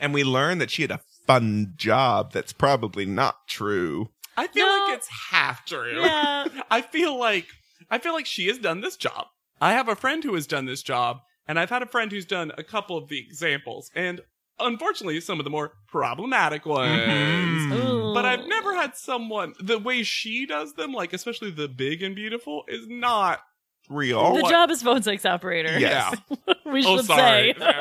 Speaker 1: And we learn that she had a fun job that's probably not true.
Speaker 3: I feel
Speaker 2: No.
Speaker 3: like it's half true.
Speaker 2: Yeah.
Speaker 3: I feel like I feel like she has done this job. I have a friend who has done this job, and I've had a friend who's done a couple of the examples, and unfortunately, some of the more problematic ones.
Speaker 1: Mm-hmm.
Speaker 2: Ooh.
Speaker 3: But I've never had someone the way she does them, like especially the big and beautiful, is not.
Speaker 1: Real.
Speaker 2: The
Speaker 3: what?
Speaker 2: job is phone sex operator.
Speaker 1: Yes.
Speaker 2: we
Speaker 3: Oh,
Speaker 2: should
Speaker 3: sorry.
Speaker 2: say.
Speaker 3: Can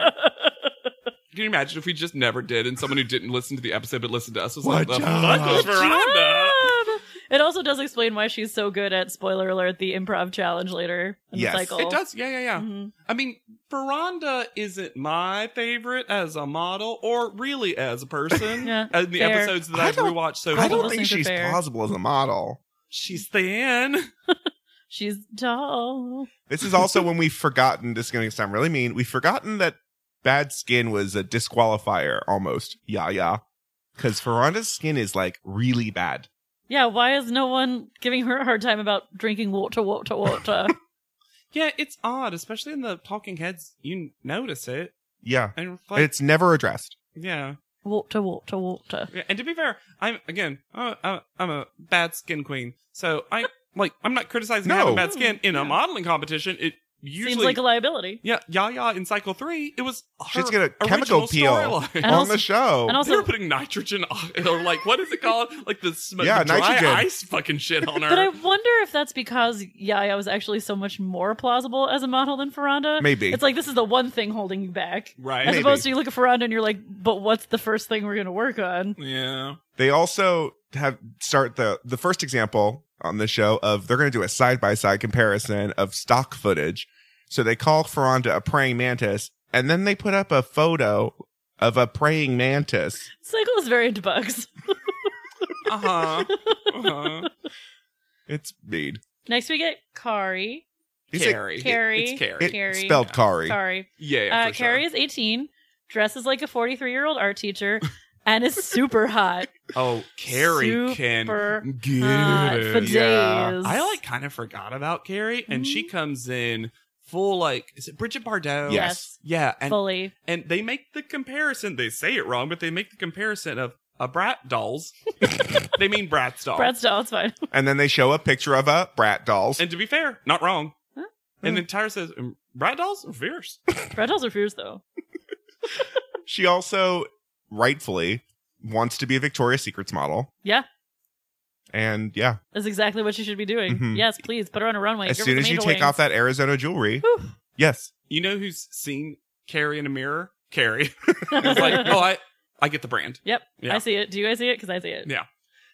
Speaker 3: you imagine if we just never did, and someone who didn't listen to the episode but listened to us was
Speaker 1: What
Speaker 3: like, "The
Speaker 1: job?
Speaker 3: fuck was
Speaker 1: What
Speaker 3: Veranda?"
Speaker 2: Job. It also does explain why she's so good at spoiler alert the improv challenge later in
Speaker 1: Yes.
Speaker 2: the cycle.
Speaker 3: It does, yeah, yeah, yeah.
Speaker 2: Mhm.
Speaker 3: I mean, Ferranda isn't my favorite as a model or really as a person.
Speaker 2: Yeah,
Speaker 3: in Uh, the
Speaker 2: fair.
Speaker 3: episodes that
Speaker 1: I
Speaker 3: I've
Speaker 1: don't-
Speaker 3: rewatched so
Speaker 1: I
Speaker 3: far,
Speaker 1: don't
Speaker 2: Those
Speaker 1: think
Speaker 2: things are
Speaker 1: she's
Speaker 2: fair.
Speaker 1: plausible as a model.
Speaker 3: she's thin.
Speaker 2: She's tall.
Speaker 1: This is also when we've forgotten, this is going to sound really mean, we've forgotten that bad skin was a disqualifier almost. Yeah, yeah. Because Ferranda's skin is like really bad.
Speaker 2: Yeah, why is no one giving her a hard time about drinking water, water, water?
Speaker 3: Yeah, it's odd, especially in the Talking Heads. You notice it,
Speaker 1: Yeah.
Speaker 3: and it's like,
Speaker 1: It's never addressed.
Speaker 3: yeah.
Speaker 2: water, water, water.
Speaker 3: Yeah, And to be fair, I'm again, I'm a, I'm a bad skin queen, so I like. I'm not criticizing
Speaker 1: No.
Speaker 3: having bad skin in
Speaker 2: Yeah.
Speaker 3: a modeling competition. It usually
Speaker 2: Seems like a liability.
Speaker 3: yeah, Yaya in Cycle Three, it was her
Speaker 1: She's gonna
Speaker 3: original
Speaker 1: chemical peel
Speaker 3: storyline.
Speaker 1: on
Speaker 2: also-
Speaker 1: the show.
Speaker 2: and also-
Speaker 3: they were putting nitrogen on, or like what is it called? Like the sm-
Speaker 1: Yeah,
Speaker 3: the dry
Speaker 1: nitrogen.
Speaker 3: ice fucking shit on her.
Speaker 2: But I wonder if that's because Yaya was actually so much more plausible as a model than Ferranda.
Speaker 1: Maybe.
Speaker 2: It's like this is the one thing holding you back.
Speaker 3: right.
Speaker 2: As
Speaker 1: Maybe.
Speaker 2: opposed to you look at Ferranda and you're like, but what's the first thing we're going to work on?
Speaker 3: Yeah.
Speaker 1: they also have start the the first example on the show of they're going to do a side by side comparison of stock footage. So they call Ferranda a praying mantis, and then they put up a photo of a praying mantis.
Speaker 2: Cycle is very into bugs.
Speaker 3: Uh huh. Uh-huh.
Speaker 1: It's mean.
Speaker 2: Next we get Kari.
Speaker 1: He's like-
Speaker 3: Carrie.
Speaker 2: Carrie.
Speaker 3: It's Carrie.
Speaker 1: It,
Speaker 2: Carrie.
Speaker 1: spelled Kari.
Speaker 2: Kari.
Speaker 3: yeah. yeah,
Speaker 2: Uh,
Speaker 3: for sure.
Speaker 2: Carrie is 18, dresses like a 43 year old art teacher, and is super hot.
Speaker 3: Oh, Carrie
Speaker 2: Super
Speaker 3: can get
Speaker 2: hot for
Speaker 3: it.
Speaker 2: days. Mm-hmm.
Speaker 1: yeah.
Speaker 3: I like kind of forgot about Carrie, and she comes in full like is it Bridget Bardot?
Speaker 1: Yes.
Speaker 3: Yeah, and
Speaker 2: fully.
Speaker 3: and they make the comparison. They say it wrong, but they make the comparison of a brat dolls. they mean brat
Speaker 1: oh.
Speaker 3: doll.
Speaker 2: Brad's doll, it's fine.
Speaker 1: And then they show a picture of a brat dolls.
Speaker 3: And to be fair, not wrong.
Speaker 2: Huh? Hmm.
Speaker 3: And then Tyra says, "Um, "Brat dolls are fierce."
Speaker 2: Brad dolls are fierce though.
Speaker 1: she also rightfully wants to be a Victoria's Secrets model.
Speaker 2: Yeah.
Speaker 1: And yeah,
Speaker 2: That's exactly what she should be doing.
Speaker 1: Mhm.
Speaker 2: Yes, please put her on a runway.
Speaker 1: as
Speaker 2: Give her
Speaker 1: soon
Speaker 2: some
Speaker 1: as you
Speaker 2: angel
Speaker 1: take
Speaker 2: wings.
Speaker 1: off that Arizona jewelry,
Speaker 2: Whew.
Speaker 1: yes,
Speaker 3: You know who's seen Carrie in a mirror? Carrie. it's like, oh, I, I get the brand.
Speaker 2: Yep,
Speaker 3: Yeah.
Speaker 2: I see it. Do you guys see it? Because I see it.
Speaker 3: Yeah.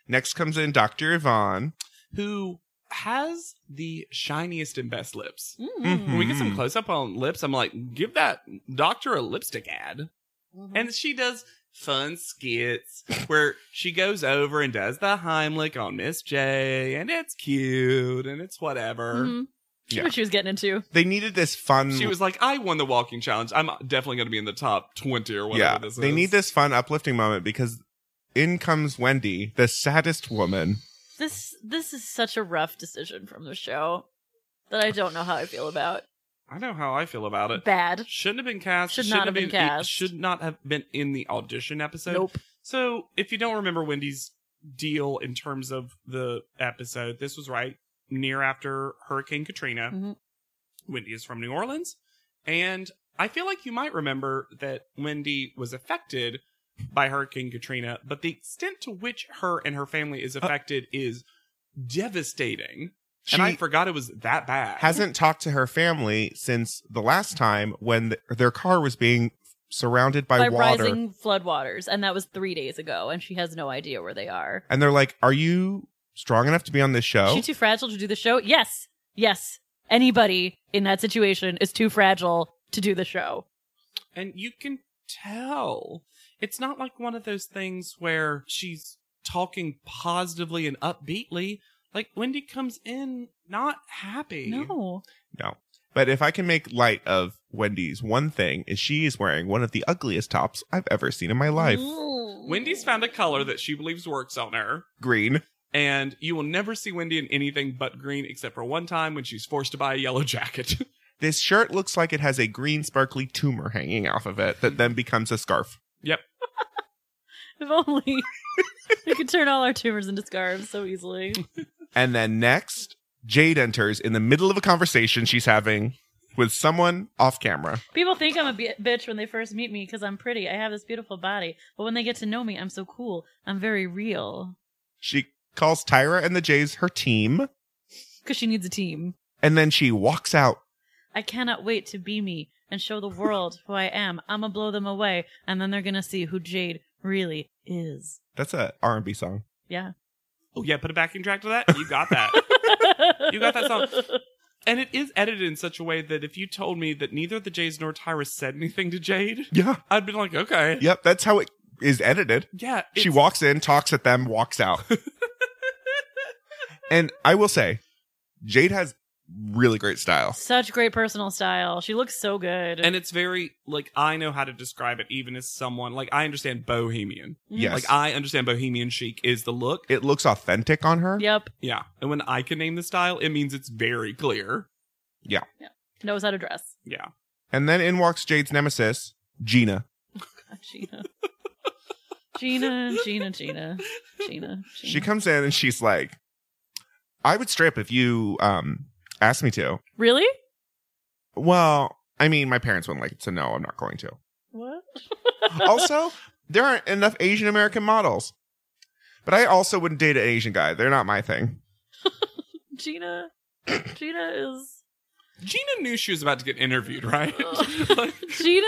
Speaker 1: Next comes in Dr. Yvonne.
Speaker 3: Who has the shiniest and best lips?
Speaker 1: Mm-hmm.
Speaker 2: Mm.
Speaker 3: When we get some close up on lips, I'm like, give that doctor a lipstick ad. And she does fun skits where she goes over and does the Heimlich on Miss J, and it's cute and it's whatever.
Speaker 2: Mhm. She
Speaker 1: Yeah.
Speaker 2: knew what she was getting into.
Speaker 1: They needed this fun.
Speaker 3: She was like, I won the walking challenge. I'm definitely going to be in the top 20 or whatever
Speaker 1: yeah.
Speaker 3: this
Speaker 1: They
Speaker 3: is.
Speaker 1: need this fun uplifting moment because in comes Wendy, the saddest woman.
Speaker 2: This this is such a rough decision from the show that I don't know how I feel about.
Speaker 3: I know how I feel about it.
Speaker 2: Bad.
Speaker 3: Shouldn't have been cast.
Speaker 2: Should
Speaker 3: shouldn't
Speaker 2: not have been cast.
Speaker 3: Should not have been in the audition episode.
Speaker 2: Nope.
Speaker 3: So, if you don't remember Wendy's deal in terms of the episode, this was right near after Hurricane Katrina.
Speaker 2: Mhm.
Speaker 3: Wendy is from New Orleans. And I feel like you might remember that Wendy was affected by Hurricane Katrina, but the extent to which her and her family
Speaker 2: Uh,
Speaker 3: is affected is devastating.
Speaker 1: She
Speaker 3: and I forgot it was that bad.
Speaker 1: hasn't talked to her family since the last time when th their car was being surrounded by,
Speaker 2: By
Speaker 1: water.
Speaker 2: rising floodwaters, and that was three days ago, and she has no idea where they are.
Speaker 1: And they're like, Are you strong enough to be on this show?
Speaker 2: She too fragile to do the show? Yes. Yes. Anybody in that situation is too fragile to do the show.
Speaker 3: and you can tell it's not like one of those things where she's talking positively and upbeatly like wendy comes in not happy
Speaker 2: No.
Speaker 1: no. But if I can make light of Wendy's one thing is she is wearing one of the ugliest tops I've ever seen in my life.
Speaker 3: wendy's found a color that she believes works on her
Speaker 1: Green.
Speaker 3: and you will never see wendy in anything but green except for one time when she's forced to buy a yellow jacket
Speaker 1: This shirt looks like it has a green sparkly tumor hanging off of it that then becomes a scarf.
Speaker 2: If only we could turn all our tumors into scarves so easily.
Speaker 1: And then next, Jade enters in the middle of a conversation she's having with someone off camera.
Speaker 2: People think I'm a bi- bitch when they first meet me because I'm pretty. I have this beautiful body. But when they get to know me, I'm so cool. I'm very real.
Speaker 1: She calls Tyra and the Jays her team,
Speaker 2: Because she needs a team.
Speaker 1: and then she walks out.
Speaker 2: I cannot wait to be me and show the world who I am. I'm going to blow them away. And then they're going to see who Jade really is.
Speaker 1: That's a R&B song.
Speaker 2: Yeah.
Speaker 3: oh yeah put a backing track to that you got that
Speaker 2: you
Speaker 3: got that song. and it is edited in such a way that if you told me that neither the jays nor tyra said anything to jade
Speaker 1: Yeah.
Speaker 3: i'd been like okay
Speaker 1: Yep, that's how it is edited.
Speaker 3: yeah
Speaker 1: she
Speaker 3: it's-
Speaker 1: walks in, talks at them, walks out. and I will say, Jade has really great
Speaker 3: Mm-hmm.
Speaker 1: style.
Speaker 2: Such great personal style. She looks so good.
Speaker 3: and it's very like I know how to describe it, even as someone like I understand bohemian.
Speaker 1: Yes.
Speaker 3: Like uh, I understand bohemian chic is the look.
Speaker 1: It looks authentic on her.
Speaker 2: yep,
Speaker 3: Yeah, and when I can name the style, it means it's very clear.
Speaker 2: knows how to dress.
Speaker 3: Yeah,
Speaker 1: And then in walks Jade's nemesis, Gina.
Speaker 2: God, Gina. Gina, Gina, Gina, Gina.
Speaker 1: She
Speaker 3: Mm-hmm.
Speaker 1: comes in and she's like, I would strip if you um asked me to.
Speaker 2: really?
Speaker 1: Well, I mean, my parents wouldn't like it, so no, I'm not going to.
Speaker 2: What?
Speaker 1: also, there aren't enough Asian American models. But I also wouldn't date an Asian guy. They're not my thing.
Speaker 2: Gina. Gina is.
Speaker 3: Gina knew she was about to get interviewed, right? like,
Speaker 2: Gina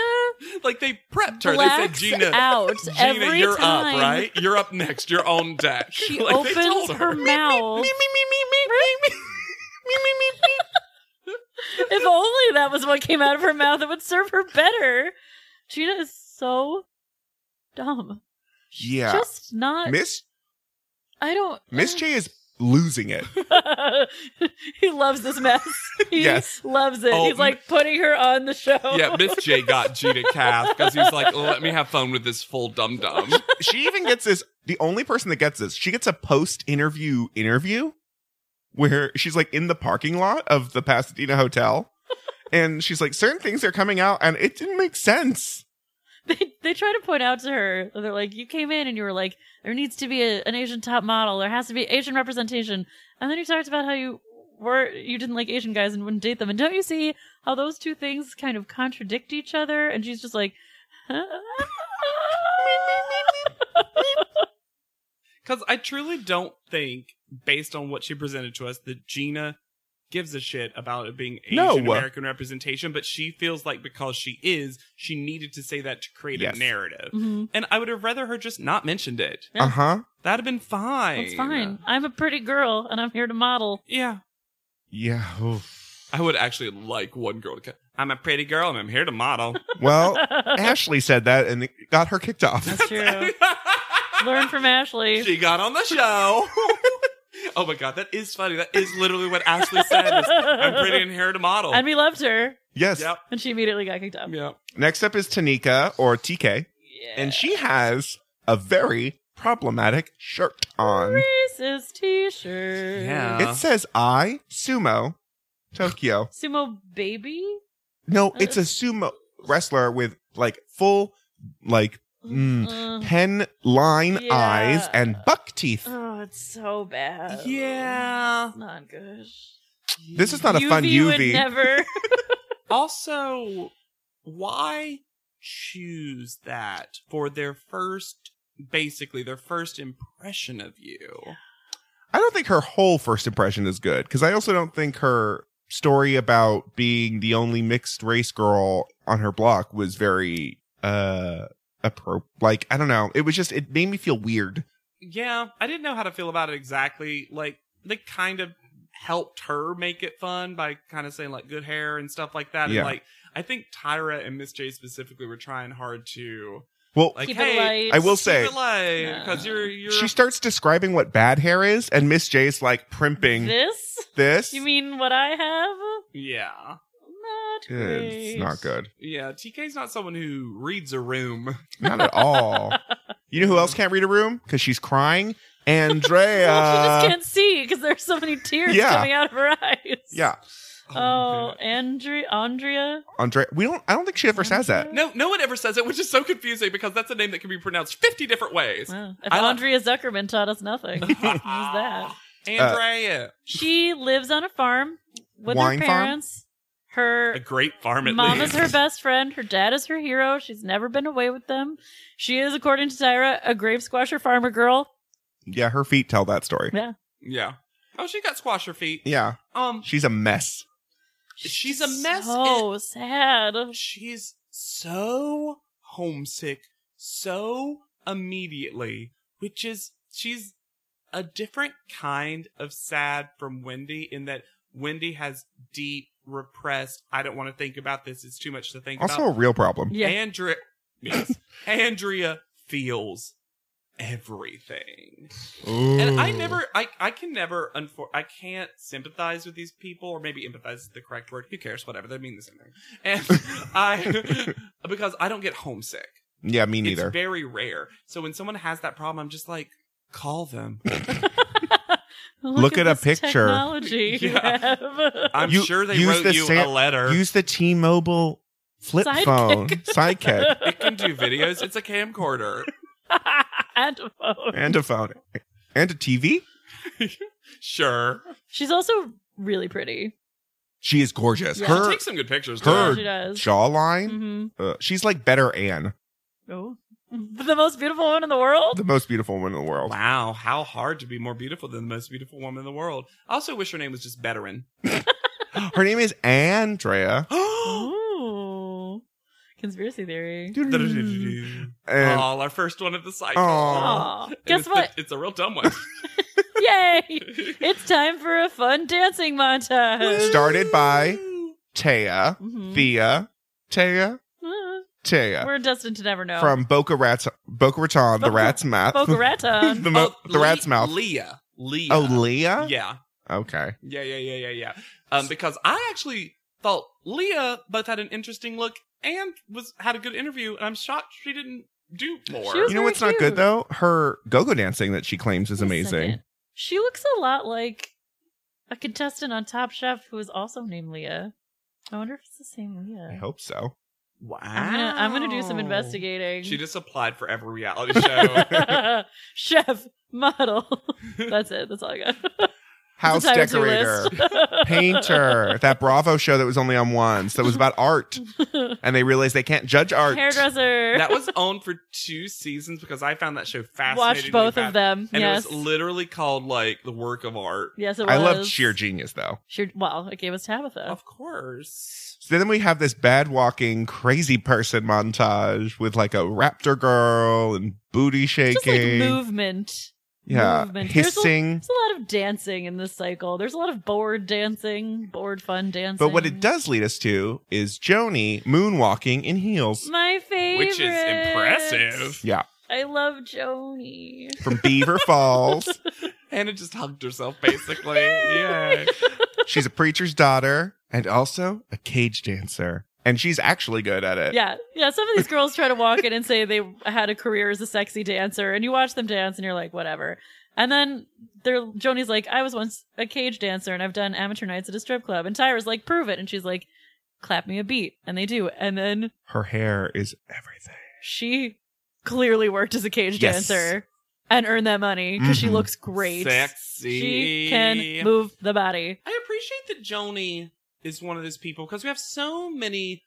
Speaker 3: like they prepped her. They said,
Speaker 2: Oh. blacks
Speaker 3: "Gina,
Speaker 2: out
Speaker 3: Gina,
Speaker 2: every
Speaker 3: you're
Speaker 2: time.
Speaker 3: up, right? You're up next. You're on deck."
Speaker 2: She
Speaker 3: Like, they
Speaker 2: opens
Speaker 3: told
Speaker 2: her, mouth. if only that was what came out of her mouth, it would serve her better. Gina is so dumb. She's
Speaker 1: Yeah.
Speaker 2: Just
Speaker 3: uh,
Speaker 2: not.
Speaker 1: Miss
Speaker 2: I don't.
Speaker 1: Miss J is losing it.
Speaker 2: he loves this mess. He
Speaker 1: Yes.
Speaker 2: loves it.
Speaker 3: Oh,
Speaker 2: He's like putting her on the show.
Speaker 3: Yeah, Miss J got Gina cast because he was like, "Let me have fun with this full dum dum."
Speaker 1: She even gets this. The only person that gets this, she gets a post interview interview where she's like in the parking lot of the Pasadena hotel. And she's like, certain things are coming out and it didn't make sense.
Speaker 2: They they try to point out to her. They're like, you came in and you were like, there needs to be a, an Asian top model. There has to be Asian representation. And then you talked about how you were you didn't like Asian guys and wouldn't date them. And don't you see how those two things kind of contradict each other? And she's just like.
Speaker 3: Because I truly don't think, based on what she presented to us, that Gina gives a shit about it being Asian
Speaker 1: No.
Speaker 3: American representation, but she feels like because she is, she needed to say that to create
Speaker 1: Yes.
Speaker 3: a narrative.
Speaker 2: Mhm.
Speaker 3: And I would have rather her just not mentioned it.
Speaker 2: Yeah.
Speaker 1: Uh huh.
Speaker 3: That'd have been fine.
Speaker 2: That's
Speaker 3: uh,
Speaker 2: fine. I'm a pretty girl and I'm here to model.
Speaker 3: Yeah.
Speaker 1: Yeah. oof.
Speaker 3: I would actually like one girl to go, I'm a pretty girl and I'm here to model.
Speaker 1: Well, Ashley said that and it got her kicked off.
Speaker 2: That's true. Learn from Ashley.
Speaker 3: she got on the show. Oh my god, that is funny. That is literally what Ashley said. is, I'm pretty and here to model.
Speaker 2: And we loved her.
Speaker 1: Yes.
Speaker 3: yep.
Speaker 2: And she immediately got kicked out.
Speaker 3: Yep.
Speaker 1: Next up is Tanika or TK,
Speaker 2: Yeah.
Speaker 1: and she has a very problematic shirt on.
Speaker 2: Racist t shirt.
Speaker 3: Yeah.
Speaker 1: It says I Sumo Tokyo.
Speaker 2: Sumo baby?
Speaker 1: No,
Speaker 2: Uh.
Speaker 1: it's a sumo wrestler with like full like Mm.
Speaker 2: Uh,
Speaker 1: pen line
Speaker 2: Yeah.
Speaker 1: eyes and buck teeth.
Speaker 2: oh, it's so bad.
Speaker 3: Yeah.
Speaker 2: It's not good.
Speaker 1: This is not a fun
Speaker 2: Would
Speaker 1: UV.
Speaker 2: never.
Speaker 3: Also, why choose that for their first, basically their first impression of you?
Speaker 1: I don't think her whole first impression is good because I also don't think her story about being the only mixed race girl on her block was very uh appro like I don't know. It was just it made me feel weird.
Speaker 3: Yeah, I didn't know how to feel about it exactly. Like they kind of helped her make it fun by kind of saying like good hair and stuff like that.
Speaker 1: Yeah.
Speaker 3: And like I think Tyra and Miss J specifically were trying hard to
Speaker 1: Well,
Speaker 3: like
Speaker 2: Keep
Speaker 3: hey,
Speaker 2: it light.
Speaker 1: I will say-
Speaker 2: No.
Speaker 3: because you're you're
Speaker 1: she starts describing what bad hair is, and Miss J's like primping this.
Speaker 2: This? You mean what I have?
Speaker 3: yeah
Speaker 2: Not
Speaker 1: Yeah,
Speaker 2: great.
Speaker 1: it's not good.
Speaker 3: yeah. TK's not someone who reads a room.
Speaker 1: Not at all. You know who else can't read a room because she's crying? Andrea.
Speaker 2: Well, she just can't see because there's so many tears
Speaker 1: Yeah.
Speaker 2: coming out of her eyes.
Speaker 1: yeah,
Speaker 2: Oh,
Speaker 3: man.
Speaker 2: Andre- Andrea.
Speaker 1: Andrea. We don't. I don't think she ever says that.
Speaker 3: No, no one ever says it, which is so confusing because that's a name that can be pronounced 50 different ways.
Speaker 2: Wow. If
Speaker 3: I love-
Speaker 2: Andrea Zuckerman taught us nothing, use that.
Speaker 3: uh, Andrea.
Speaker 2: She lives on a farm with
Speaker 1: Wine
Speaker 2: her
Speaker 1: farm?
Speaker 2: parents.
Speaker 3: a
Speaker 2: Her
Speaker 3: great farm at
Speaker 2: mom
Speaker 3: least.
Speaker 2: is her best friend. Her dad is her hero. She's never been away with them. She is, according to Tyra, a grape squasher farmer girl.
Speaker 1: Yeah, her feet tell that story.
Speaker 2: Yeah.
Speaker 3: Yeah. Oh, she got squasher feet.
Speaker 1: Yeah,
Speaker 3: Um,
Speaker 1: she's a mess.
Speaker 3: she's a mess.
Speaker 2: So sad.
Speaker 3: and she's so homesick, so immediately, which is she's a different kind of sad from Wendy in that Wendy has deep repressed. I don't want to think about this. It's too much to think
Speaker 1: Also, a
Speaker 3: about.
Speaker 1: real problem.
Speaker 2: Yeah.
Speaker 3: Andrea, yes, Andrea feels everything. And
Speaker 1: Hmm.
Speaker 3: I never, I, I can never, unfor- I can't sympathize with these people, or maybe empathize is the correct word. Who cares? Whatever. They mean the same thing. And I, because I don't get homesick.
Speaker 1: Yeah, me neither.
Speaker 3: It's very rare. So when someone has that problem, I'm just like, call them.
Speaker 1: Look at a
Speaker 2: this
Speaker 1: picture.
Speaker 2: Technology you
Speaker 3: Yeah.
Speaker 2: have.
Speaker 3: I'm
Speaker 1: You-
Speaker 3: sure they
Speaker 1: use
Speaker 3: wrote
Speaker 1: the
Speaker 3: you
Speaker 1: sam-
Speaker 3: a letter.
Speaker 1: Use the T-Mobile flip
Speaker 2: Sidekick.
Speaker 1: phone sidekick
Speaker 3: it can do videos. It's a camcorder.
Speaker 2: and a phone.
Speaker 1: and a phone and a TV.
Speaker 3: Sure.
Speaker 2: She's also really pretty.
Speaker 1: She is gorgeous.
Speaker 2: Yeah.
Speaker 3: She
Speaker 1: Her
Speaker 3: takes some good pictures. Mm. too.
Speaker 1: her
Speaker 2: She does.
Speaker 1: jawline.
Speaker 2: hmm
Speaker 1: uh, she's like better Anne,
Speaker 2: Oh. The most beautiful woman in the world?
Speaker 1: the most beautiful woman in the world.
Speaker 3: Wow, how hard to be more beautiful than the most beautiful woman in the world. I also wish her name was just Veteran.
Speaker 1: Her name is Andrea.
Speaker 2: Ooh. Conspiracy theory.
Speaker 1: And
Speaker 3: oh, our first one of the cycle.
Speaker 1: Aw.
Speaker 2: Aw.
Speaker 3: And
Speaker 2: Guess
Speaker 3: it's
Speaker 2: what?
Speaker 3: The, it's a real dumb one.
Speaker 2: Yay! It's time for a fun dancing montage.
Speaker 1: started by
Speaker 3: Oh,
Speaker 1: Taya,
Speaker 2: Mhm.
Speaker 1: Thea, Taya,
Speaker 2: Ah,
Speaker 1: Taya
Speaker 2: We're destined to never know.
Speaker 1: from uh, Boca Rats, Boca Raton, the
Speaker 2: Boca-
Speaker 1: Rat's Mouth,
Speaker 2: Boca Raton.
Speaker 1: the, mo-
Speaker 3: Oh,
Speaker 1: the
Speaker 3: Le-
Speaker 1: Rat's Mouth.
Speaker 3: Leah. Leah.
Speaker 1: Oh, Leah.
Speaker 3: Yeah.
Speaker 1: Okay.
Speaker 3: Yeah, yeah, yeah, yeah, yeah. Um, because I actually thought Leah both had an interesting look and was had a good interview, and I'm shocked she didn't do more.
Speaker 2: She was-
Speaker 1: You know
Speaker 2: very
Speaker 1: what's not
Speaker 2: cute.
Speaker 1: good though? Her go-go dancing that she claims is
Speaker 2: Wait a
Speaker 1: amazing.
Speaker 2: second. She looks a lot like a contestant on Top Chef who is also named Leah. I wonder if it's the same
Speaker 1: I
Speaker 2: Leah.
Speaker 1: hope so.
Speaker 3: wow.
Speaker 2: I'm gonna I'm gonna do some investigating.
Speaker 3: She just applied for every reality show.
Speaker 2: Chef model. That's it. That's all I got.
Speaker 1: House
Speaker 2: That's the entire
Speaker 1: decorator,
Speaker 2: to-do list.
Speaker 1: painter, that Bravo show that was only on once that was about art, and they realized they can't judge art.
Speaker 2: hairdresser.
Speaker 3: that was on for two seasons because I found that show fascinating.
Speaker 2: Watched both of them.
Speaker 3: And
Speaker 2: yes.
Speaker 3: it was literally called like the work of art.
Speaker 2: yes, it was.
Speaker 1: I loved sheer genius though.
Speaker 2: Sheer- well, it gave us Tabitha.
Speaker 1: Oh,
Speaker 3: Of course.
Speaker 1: So then we have this bad walking crazy person montage with like a raptor girl and booty shaking,
Speaker 2: Just like movement.
Speaker 1: yeah,
Speaker 2: movement. There's a-
Speaker 1: hissing.
Speaker 2: There's a lot of dancing in this cycle. There's a lot of bored dancing, bored fun dancing.
Speaker 1: But what it does lead us to is Joni moonwalking in heels
Speaker 2: My favorite.
Speaker 3: Which is impressive.
Speaker 1: Yeah.
Speaker 2: I love Joni.
Speaker 1: from Beaver Falls
Speaker 3: Hannah just hugged herself, basically. yeah.
Speaker 1: She's a preacher's daughter and also a cage dancer. And she's actually good at it.
Speaker 2: Yeah, yeah. Some of these girls try to walk in and say they had a career as a sexy dancer, and you watch them dance, and you're like, whatever. And then they're, Joni's like, I was once a cage dancer, and I've done amateur nights at a strip club. And Tyra's like, prove it. And she's like, clap me a beat. And they do. And then
Speaker 1: Her hair is everything.
Speaker 2: she clearly worked as a cage
Speaker 1: Yes.
Speaker 2: dancer and earned that money because she
Speaker 1: Mhm.
Speaker 2: looks great.
Speaker 3: Mm-hmm. Sexy.
Speaker 2: She can move the body.
Speaker 3: I appreciate that Joni is one of those people because we have so many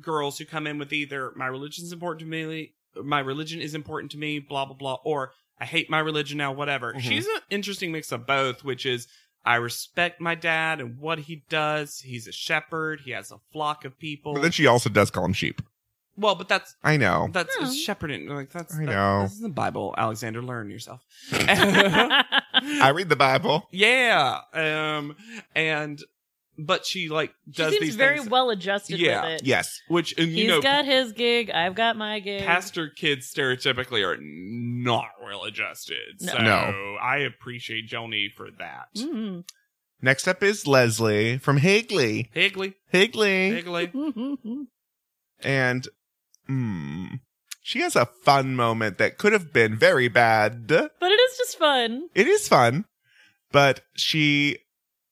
Speaker 3: girls who come in with either my religion's important to me, my religion is important to me, blah blah blah, or I hate my religion now, whatever.
Speaker 1: Mhm.
Speaker 3: She's an interesting mix of both, which is I respect my dad and what he does. He's a shepherd. He has a flock of people.
Speaker 1: But then she also does call him sheep.
Speaker 3: well, but that's
Speaker 1: I know.
Speaker 3: that's
Speaker 2: Hmm.
Speaker 3: shepherding. Like that's
Speaker 1: Oh. I
Speaker 3: that-
Speaker 1: know.
Speaker 3: this is the Bible, Alexander. Learn yourself.
Speaker 1: I read the Bible.
Speaker 3: yeah. Um. And but she like
Speaker 2: she
Speaker 3: does
Speaker 2: seems
Speaker 3: these
Speaker 2: very
Speaker 3: things-
Speaker 2: well adjusted
Speaker 3: Yeah,
Speaker 2: with it.
Speaker 1: Yes.
Speaker 3: which and
Speaker 2: He's
Speaker 3: you know
Speaker 2: got his gig. I've got my gig.
Speaker 3: pastor kids stereotypically are not well adjusted.
Speaker 2: No.
Speaker 3: So
Speaker 1: No.
Speaker 3: I appreciate Joni for that.
Speaker 2: Mm.
Speaker 1: Next up is Leslie from Higley.
Speaker 3: Higley,
Speaker 2: Mm.
Speaker 1: Higley.
Speaker 3: Higley.
Speaker 1: And hmm. She has a fun moment that could have been very bad.
Speaker 2: But it is just fun.
Speaker 1: it is fun, but she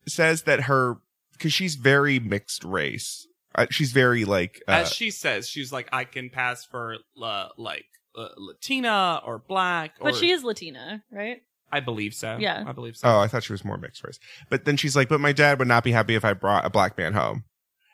Speaker 1: says that her because she's very mixed race. Uh, she's very like uh,
Speaker 3: As she says, she's like, I can pass for uh, like uh, Latina or black. Or,
Speaker 2: But she is Latina, right?
Speaker 3: I believe so.
Speaker 2: Yeah.
Speaker 3: I believe so.
Speaker 1: oh, I thought she was more mixed race. But then she's like, but my dad would not be happy if I brought a black man home.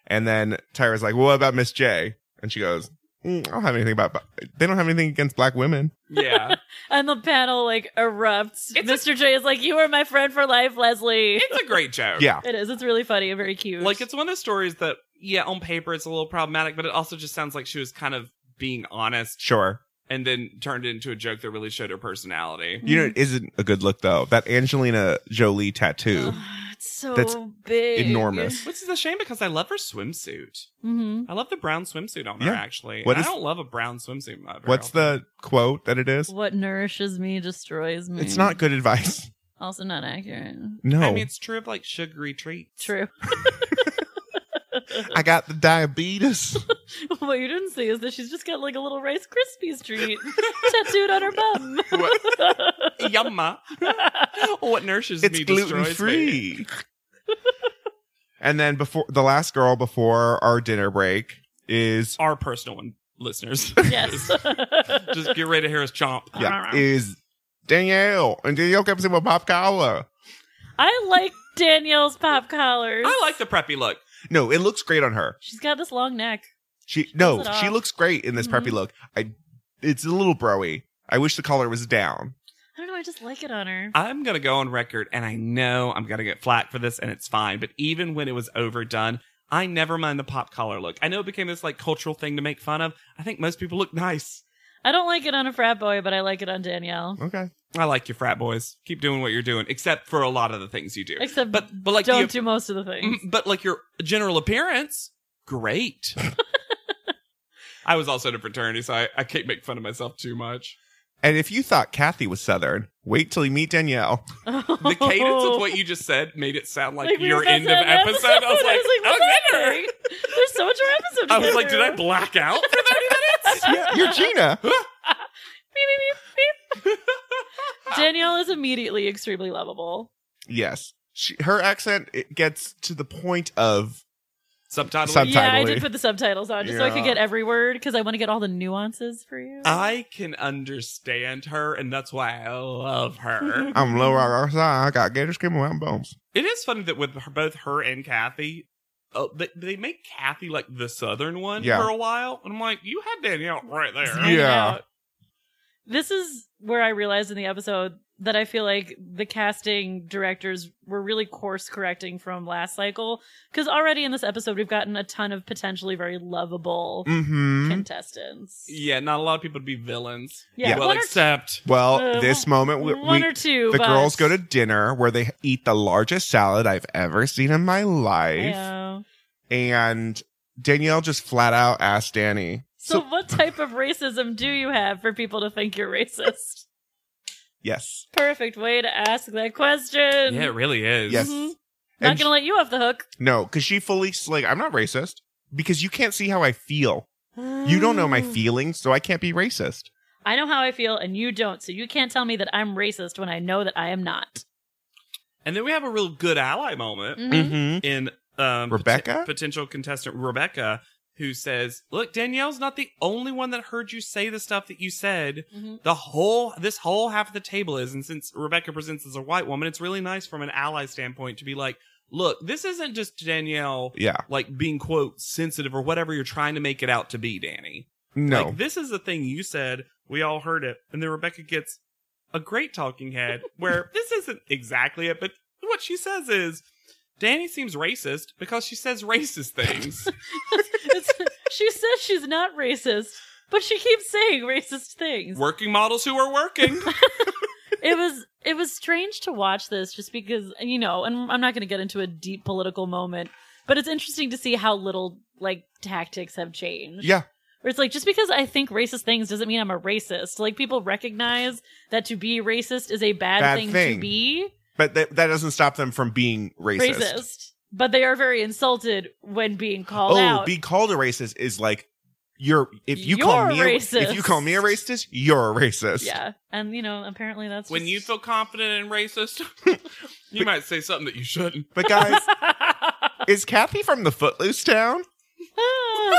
Speaker 1: And then Tyra's like, well, what about Miss J? And she goes, "Mm, I don't have anything about. They don't have anything against black women.
Speaker 3: Yeah,
Speaker 2: And the panel like erupts.
Speaker 3: It's a-
Speaker 2: Mr. J is like, "You are my friend for life, Leslie."
Speaker 3: it's a great joke.
Speaker 1: Yeah,
Speaker 2: It is. It's really funny and very cute.
Speaker 3: like it's one of those stories that, yeah, on paper it's a little problematic, but it also just sounds like she was kind of being honest
Speaker 1: sure.
Speaker 3: and then turned it into a joke that really showed her
Speaker 2: Mm-hmm.
Speaker 3: personality.
Speaker 1: You know, it isn't a good look though. That Angelina Jolie tattoo.
Speaker 2: Ugh, it's so
Speaker 1: That's
Speaker 2: big,
Speaker 1: enormous.
Speaker 3: Which is a shame because I love her swimsuit.
Speaker 2: hmm
Speaker 3: I love the brown swimsuit on
Speaker 1: Yeah.
Speaker 3: her actually.
Speaker 1: What
Speaker 3: And
Speaker 1: is-
Speaker 3: I don't love a brown swimsuit. uh, very
Speaker 1: What's
Speaker 3: often.
Speaker 1: the quote that it is?
Speaker 2: What nourishes me destroys me.
Speaker 1: It's not good advice.
Speaker 2: Also not accurate.
Speaker 1: No,
Speaker 3: I mean, it's true of like sugary treats.
Speaker 2: True.
Speaker 1: I got the diabetes.
Speaker 2: what you didn't see is that she's just got like a little Rice Krispies treat tattooed on her bum.
Speaker 3: Yumma. what nourishes
Speaker 1: it's
Speaker 3: me
Speaker 1: gluten
Speaker 3: destroys me.
Speaker 1: free. and then before the last girl before our dinner break is
Speaker 3: Our personal one, listeners.
Speaker 2: yes.
Speaker 3: Just get ready to hear us chomp.
Speaker 1: yeah, is Danielle and Danielle comes in with pop collar.
Speaker 2: I like Danielle's pop collars.
Speaker 3: I like the preppy look.
Speaker 1: No, it looks great on her.
Speaker 2: She's got this long neck.
Speaker 1: She no,
Speaker 2: pulls it
Speaker 1: she
Speaker 2: off.
Speaker 1: looks great in this preppy look. I it's a little broy. I wish the collar was down.
Speaker 2: I don't know. I just like it on her.
Speaker 3: I'm gonna go on record, and I know I'm gonna get flack for this, and it's fine. But even when it was overdone, I never mind the pop collar look. I know it became this like cultural thing to make fun of. I think most people look nice.
Speaker 2: I don't like it on a frat boy, but I like it on Danielle.
Speaker 1: Okay.
Speaker 3: I like your frat boys. Keep doing what you're doing, except for a lot of the things you do.
Speaker 2: Except
Speaker 3: but but like
Speaker 2: don't
Speaker 3: the-
Speaker 2: do most of the things.
Speaker 3: Mm, but like your general appearance, great. I was also in a fraternity, so I, I can't make fun of myself too much.
Speaker 1: And if you thought Kathy was Southern, wait till you meet Danielle.
Speaker 3: The cadence of what you just said made it sound like,
Speaker 2: we
Speaker 3: your
Speaker 2: were about
Speaker 3: end
Speaker 2: to
Speaker 3: of
Speaker 2: have an
Speaker 3: episode. I was like,
Speaker 2: what's
Speaker 3: Alexander.
Speaker 2: happening? There's so much of our episode. To
Speaker 3: I was
Speaker 2: go
Speaker 3: like, did
Speaker 2: through.
Speaker 3: I black out for thirty minutes?
Speaker 1: yeah, you're Gina.
Speaker 2: Beep, beep, beep, beep. Danielle is immediately extremely lovable.
Speaker 1: Yes. She, her accent it gets to the point of
Speaker 3: Subtitle.
Speaker 1: Sub-
Speaker 2: Yeah, I
Speaker 1: Subtitling.
Speaker 2: did put the subtitles on just so I
Speaker 1: Yeah. Ah,
Speaker 2: could get every word because I want to get all the nuances for you.
Speaker 3: I can understand her, and that's why I love her.
Speaker 1: I'm low rock I got gator skin around bones.
Speaker 3: It is funny that with her, both her and Kathy, uh, they, they make Kathy like the southern one
Speaker 1: Yeah.
Speaker 3: for a while. And I'm like, you had Danielle right there.
Speaker 2: Zoom
Speaker 1: Yeah.
Speaker 2: out. This is where I realized in the episode that I feel like the casting directors were really course correcting from last cycle because already in this episode we've gotten a ton of potentially very lovable
Speaker 1: Mm-hmm.
Speaker 2: contestants.
Speaker 3: Yeah, not a lot of people to be villains.
Speaker 2: Yeah,
Speaker 3: well,
Speaker 2: one or-
Speaker 3: except
Speaker 1: Well,
Speaker 2: Uh,
Speaker 1: this moment, we,
Speaker 2: One
Speaker 1: we-
Speaker 2: or two.
Speaker 1: the
Speaker 2: but-
Speaker 1: girls go to dinner where they eat the largest salad I've ever seen in my
Speaker 2: I
Speaker 1: life.
Speaker 2: know.
Speaker 1: And Danielle just flat out asked Danny.
Speaker 2: So, what type of racism do you have for people to think you're racist?
Speaker 1: Yes.
Speaker 2: Perfect way to ask that question.
Speaker 3: Yeah, it really is.
Speaker 1: Yes.
Speaker 2: Mhm. Not
Speaker 1: And
Speaker 2: gonna let you off the hook.
Speaker 1: she- no, because she fully s- like I'm not racist because you can't see how I feel. You don't know my
Speaker 2: Mm.
Speaker 1: feelings, so I can't be racist.
Speaker 2: I know how I feel, and you don't, so you can't tell me that I'm racist when I know that I am not.
Speaker 3: And then we have a real good ally moment
Speaker 1: Mm-hmm.
Speaker 2: Mhm.
Speaker 3: in um, pot-
Speaker 1: Rebecca?
Speaker 3: potential contestant Rebecca, who says, "Look, Danielle's not the only one that heard you say the stuff that you said.
Speaker 2: Mhm.
Speaker 3: The whole this whole half of the table is, and since Rebecca presents as a white woman, it's really nice from an ally standpoint to be like." Look, this isn't just Danielle
Speaker 1: Yeah.
Speaker 3: like being quote sensitive or whatever you're trying to make it out to be, Danny.
Speaker 1: No.
Speaker 3: Like this is the thing you said. We all heard it, and then Rebecca gets a great talking head where this isn't exactly it, but what she says is, Danny seems racist because she says racist things.
Speaker 2: It's- she says she's not racist, but she keeps saying racist things.
Speaker 3: working models who are working.
Speaker 2: It was it was strange to watch this just because you know, and I'm not going to get into a deep political moment, but it's interesting to see how little like tactics have changed.
Speaker 1: yeah.
Speaker 2: Where it's like just because I think racist things doesn't mean I'm a racist. Like people recognize that to be racist is a bad,
Speaker 1: Bad
Speaker 2: thing,
Speaker 1: thing.
Speaker 2: to be
Speaker 1: But that, that doesn't stop them from being racist.
Speaker 2: racist. But they are very insulted when being called
Speaker 1: oh,
Speaker 2: out.
Speaker 1: be called a racist is like you're if you
Speaker 2: You're
Speaker 1: call me a,
Speaker 2: racist.
Speaker 1: if you call me a racist, you're a racist.
Speaker 2: yeah, and you know, apparently that's
Speaker 3: when
Speaker 2: just-
Speaker 3: you feel confident and racist, you might say something that you shouldn't.
Speaker 1: But guys, is Kathy from the Footloose town?
Speaker 2: Ah,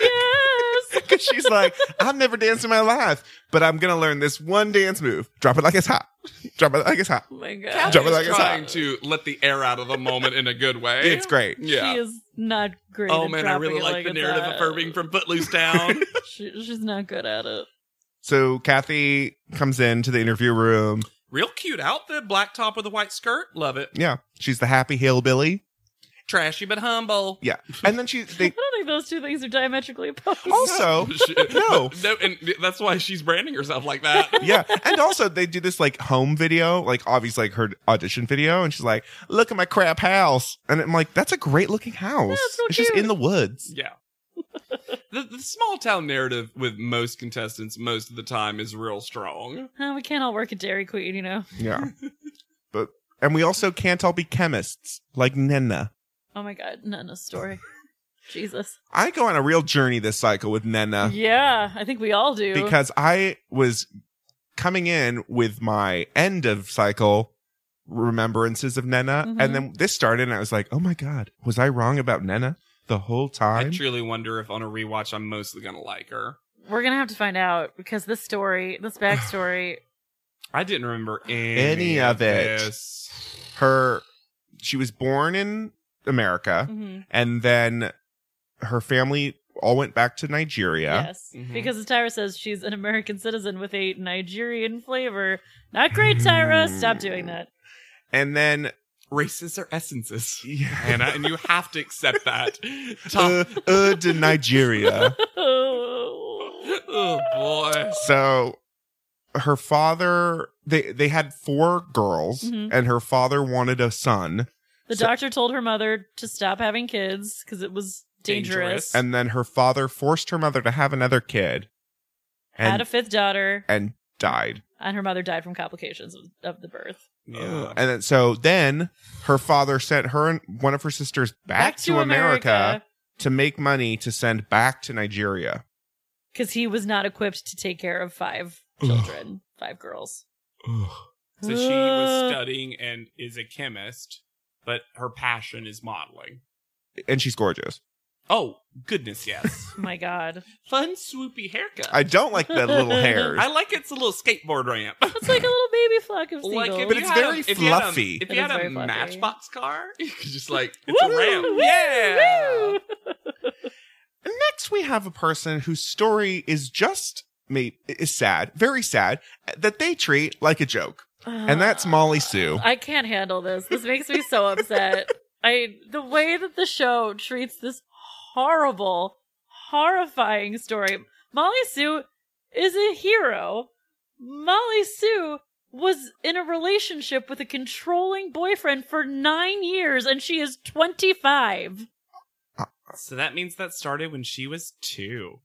Speaker 2: yes. Oh
Speaker 1: Because she's like, I've never danced in my life, but I'm gonna learn this one dance move. Drop it like it's hot. Drop it like it's hot.
Speaker 2: Oh my
Speaker 3: I'm
Speaker 2: god.
Speaker 1: Jump it like it's
Speaker 3: trying
Speaker 1: hot.
Speaker 3: to let the air out of the moment in a good way.
Speaker 1: It's great.
Speaker 3: Yeah.
Speaker 2: She is not great.
Speaker 3: Oh
Speaker 2: at
Speaker 3: man, I
Speaker 2: dropping
Speaker 3: really
Speaker 2: it
Speaker 3: like the
Speaker 2: it's
Speaker 3: narrative
Speaker 2: hot.
Speaker 3: affirming from Footloose Town.
Speaker 2: She, she's not good at it.
Speaker 1: So Kathy comes into the interview room.
Speaker 3: Real cute outfit, black top with a white skirt. Love it.
Speaker 1: Yeah, she's the happy hillbilly.
Speaker 3: Trashy but humble.
Speaker 1: Yeah, and then she
Speaker 2: I
Speaker 1: they
Speaker 2: don't think those two things are diametrically opposed.
Speaker 1: also
Speaker 3: She-
Speaker 1: No.
Speaker 3: Oh, no, and that's why she's branding herself like that.
Speaker 1: yeah and also they do this like home video like obviously like her audition video and she's like look at my crap house and i'm like that's a great looking house
Speaker 2: Yeah, it's so
Speaker 1: it's just
Speaker 2: cute.
Speaker 1: in the woods
Speaker 3: Yeah. The, the small town narrative with most contestants most of the time is real strong.
Speaker 2: Huh, we can't all work at Dairy Queen, you know.
Speaker 1: yeah but and we also can't all be chemists like nenna
Speaker 2: Oh my god, Nana's story. Jesus.
Speaker 1: i go on a real journey this cycle with nenna
Speaker 2: yeah, I think we all do.
Speaker 1: because i was coming in with my end of cycle remembrances of nenna
Speaker 2: Mhm.
Speaker 1: and then this started and i was like oh my god was i wrong about nenna the whole
Speaker 3: I
Speaker 1: time
Speaker 3: truly wonder if on a rewatch I'm mostly going to like her.
Speaker 2: We're gonna have to find out because this story, this backstory,
Speaker 3: I didn't remember any,
Speaker 1: Any of it.
Speaker 3: this.
Speaker 1: her she was born in America
Speaker 2: mhm,
Speaker 1: and then her family all went back to Nigeria.
Speaker 2: yes,
Speaker 3: Mhm.
Speaker 2: because as Tyra says, she's an American citizen with a Nigerian flavor. Not great, Tyra.
Speaker 1: Hmm.
Speaker 2: Stop doing that.
Speaker 1: And then
Speaker 3: Races are essences,
Speaker 1: yeah,
Speaker 3: Hannah, and you have to accept that.
Speaker 1: uh,
Speaker 3: Top.
Speaker 1: uh, to Nigeria.
Speaker 3: oh boy.
Speaker 1: so her father they they had four girls
Speaker 2: Mhm.
Speaker 1: and her father wanted a son
Speaker 2: The
Speaker 1: So-
Speaker 2: doctor told her mother to stop having kids because it was dangerous.
Speaker 3: Dangerous.
Speaker 1: and then her father forced her mother to have another kid
Speaker 2: Had
Speaker 1: and
Speaker 2: a fifth daughter,
Speaker 1: and died.
Speaker 2: and her mother died from complications of, of the birth.
Speaker 3: Yeah.
Speaker 1: And then, so then her father sent her and one of her sisters back, to, America to make money to send back to Nigeria.
Speaker 2: because he was not equipped to take care of five children, five girls.
Speaker 3: So she was
Speaker 2: Uh,
Speaker 3: studying and is a chemist, but her passion is modeling.
Speaker 1: and she's gorgeous.
Speaker 3: Oh, goodness, yes.
Speaker 2: My God,
Speaker 3: Fun swoopy haircut.
Speaker 1: I don't like that little hairs.
Speaker 3: I like it's a little skateboard ramp.
Speaker 2: it's like a little baby flock of seagulls.
Speaker 3: like if
Speaker 1: But
Speaker 3: you
Speaker 1: it's
Speaker 3: had a-
Speaker 1: very
Speaker 3: if you had a-
Speaker 1: fluffy.
Speaker 3: If
Speaker 2: It
Speaker 3: you
Speaker 2: is
Speaker 3: had a
Speaker 2: very fluffy.
Speaker 3: matchbox car, you could just like it's
Speaker 1: Woo!
Speaker 3: a ramp.
Speaker 2: Woo!
Speaker 3: yeah.
Speaker 2: Woo!
Speaker 1: And next, we have a person whose story is just me is sad, very sad, that they treat like a joke, and
Speaker 3: Ah.
Speaker 1: that's Molly Sue.
Speaker 2: I can't handle this. This makes me so upset. I the way that the show treats this horrible, horrifying story. Molly Sue is a hero. Molly Sue was in a relationship with a controlling boyfriend for nine years, and she is twenty five.
Speaker 3: So that means that started when she was two.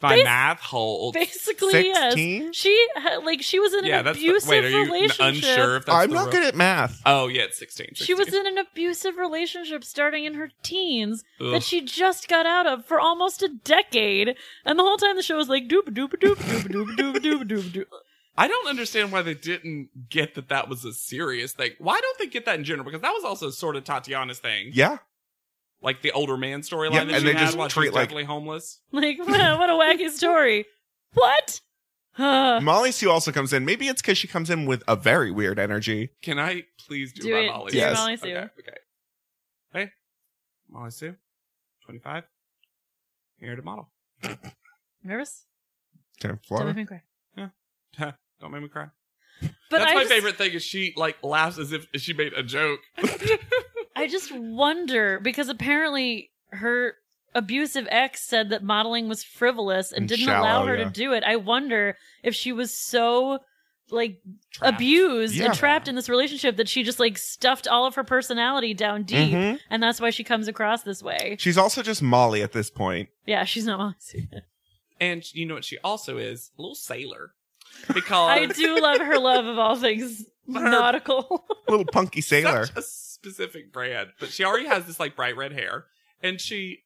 Speaker 3: My
Speaker 2: Bas-
Speaker 3: math holds.
Speaker 2: Basically, yes.
Speaker 1: 16?
Speaker 2: She ha- like she was in an
Speaker 3: yeah, that's the,
Speaker 2: abusive
Speaker 3: wait. Are you n-
Speaker 2: relationship.
Speaker 3: unsure if that's
Speaker 1: I'm
Speaker 3: the
Speaker 1: not
Speaker 3: real-
Speaker 1: good at math.
Speaker 3: Oh yeah, it's sixteen.
Speaker 2: She was
Speaker 3: 16.
Speaker 2: in an abusive relationship starting in her teens
Speaker 3: Ugh.
Speaker 2: that she just got out of for almost a decade. And the whole time the show was like doop doop doop doop doop doop doop doop doop.
Speaker 3: I don't understand why they didn't get that that was a serious thing. Why don't they get that in general? Because that was also sort of Tatiana's thing,
Speaker 1: Yeah.
Speaker 3: like the older man storyline
Speaker 1: Yeah,
Speaker 3: that
Speaker 1: and
Speaker 3: she
Speaker 1: they
Speaker 3: had
Speaker 1: just
Speaker 3: while she
Speaker 1: treat,
Speaker 3: was
Speaker 1: like-
Speaker 3: definitely homeless.
Speaker 2: Like, wow, what a wacky story. What? Uh,
Speaker 1: Molly Sue also comes in. Maybe it's because she comes in with a very weird energy.
Speaker 3: Can I please do,
Speaker 2: Do
Speaker 3: my
Speaker 2: it.
Speaker 3: Molly?
Speaker 1: Do your Yes.
Speaker 2: Molly Sue.
Speaker 3: Okay, okay. Hey, Molly Sue, twenty-five. Here to model.
Speaker 2: nervous?
Speaker 1: Tim
Speaker 2: Don't
Speaker 1: Flora.
Speaker 2: make me cry.
Speaker 3: Don't make me cry.
Speaker 2: But
Speaker 3: That's
Speaker 2: I
Speaker 3: my
Speaker 2: just,
Speaker 3: favorite thing is she like laughs as if she made a joke.
Speaker 2: I just wonder because apparently her abusive ex said that modeling was frivolous and,
Speaker 1: And
Speaker 2: didn't
Speaker 1: shallow,
Speaker 2: allow her
Speaker 1: yeah.
Speaker 2: to do it. I wonder if she was so like
Speaker 3: Trapped.
Speaker 2: abused
Speaker 1: Yeah.
Speaker 2: and trapped in this relationship that she just like stuffed all of her personality down deep
Speaker 1: Mhm.
Speaker 2: and that's why she comes across this way
Speaker 1: She's also just Molly at this point.
Speaker 2: yeah she's not Molly Sue.
Speaker 3: And you know what she also is? A little sailor. Because
Speaker 2: i do love her love of all things nautical
Speaker 1: Little punky sailor.
Speaker 3: such a specific brand, but she already has this like bright red hair, and she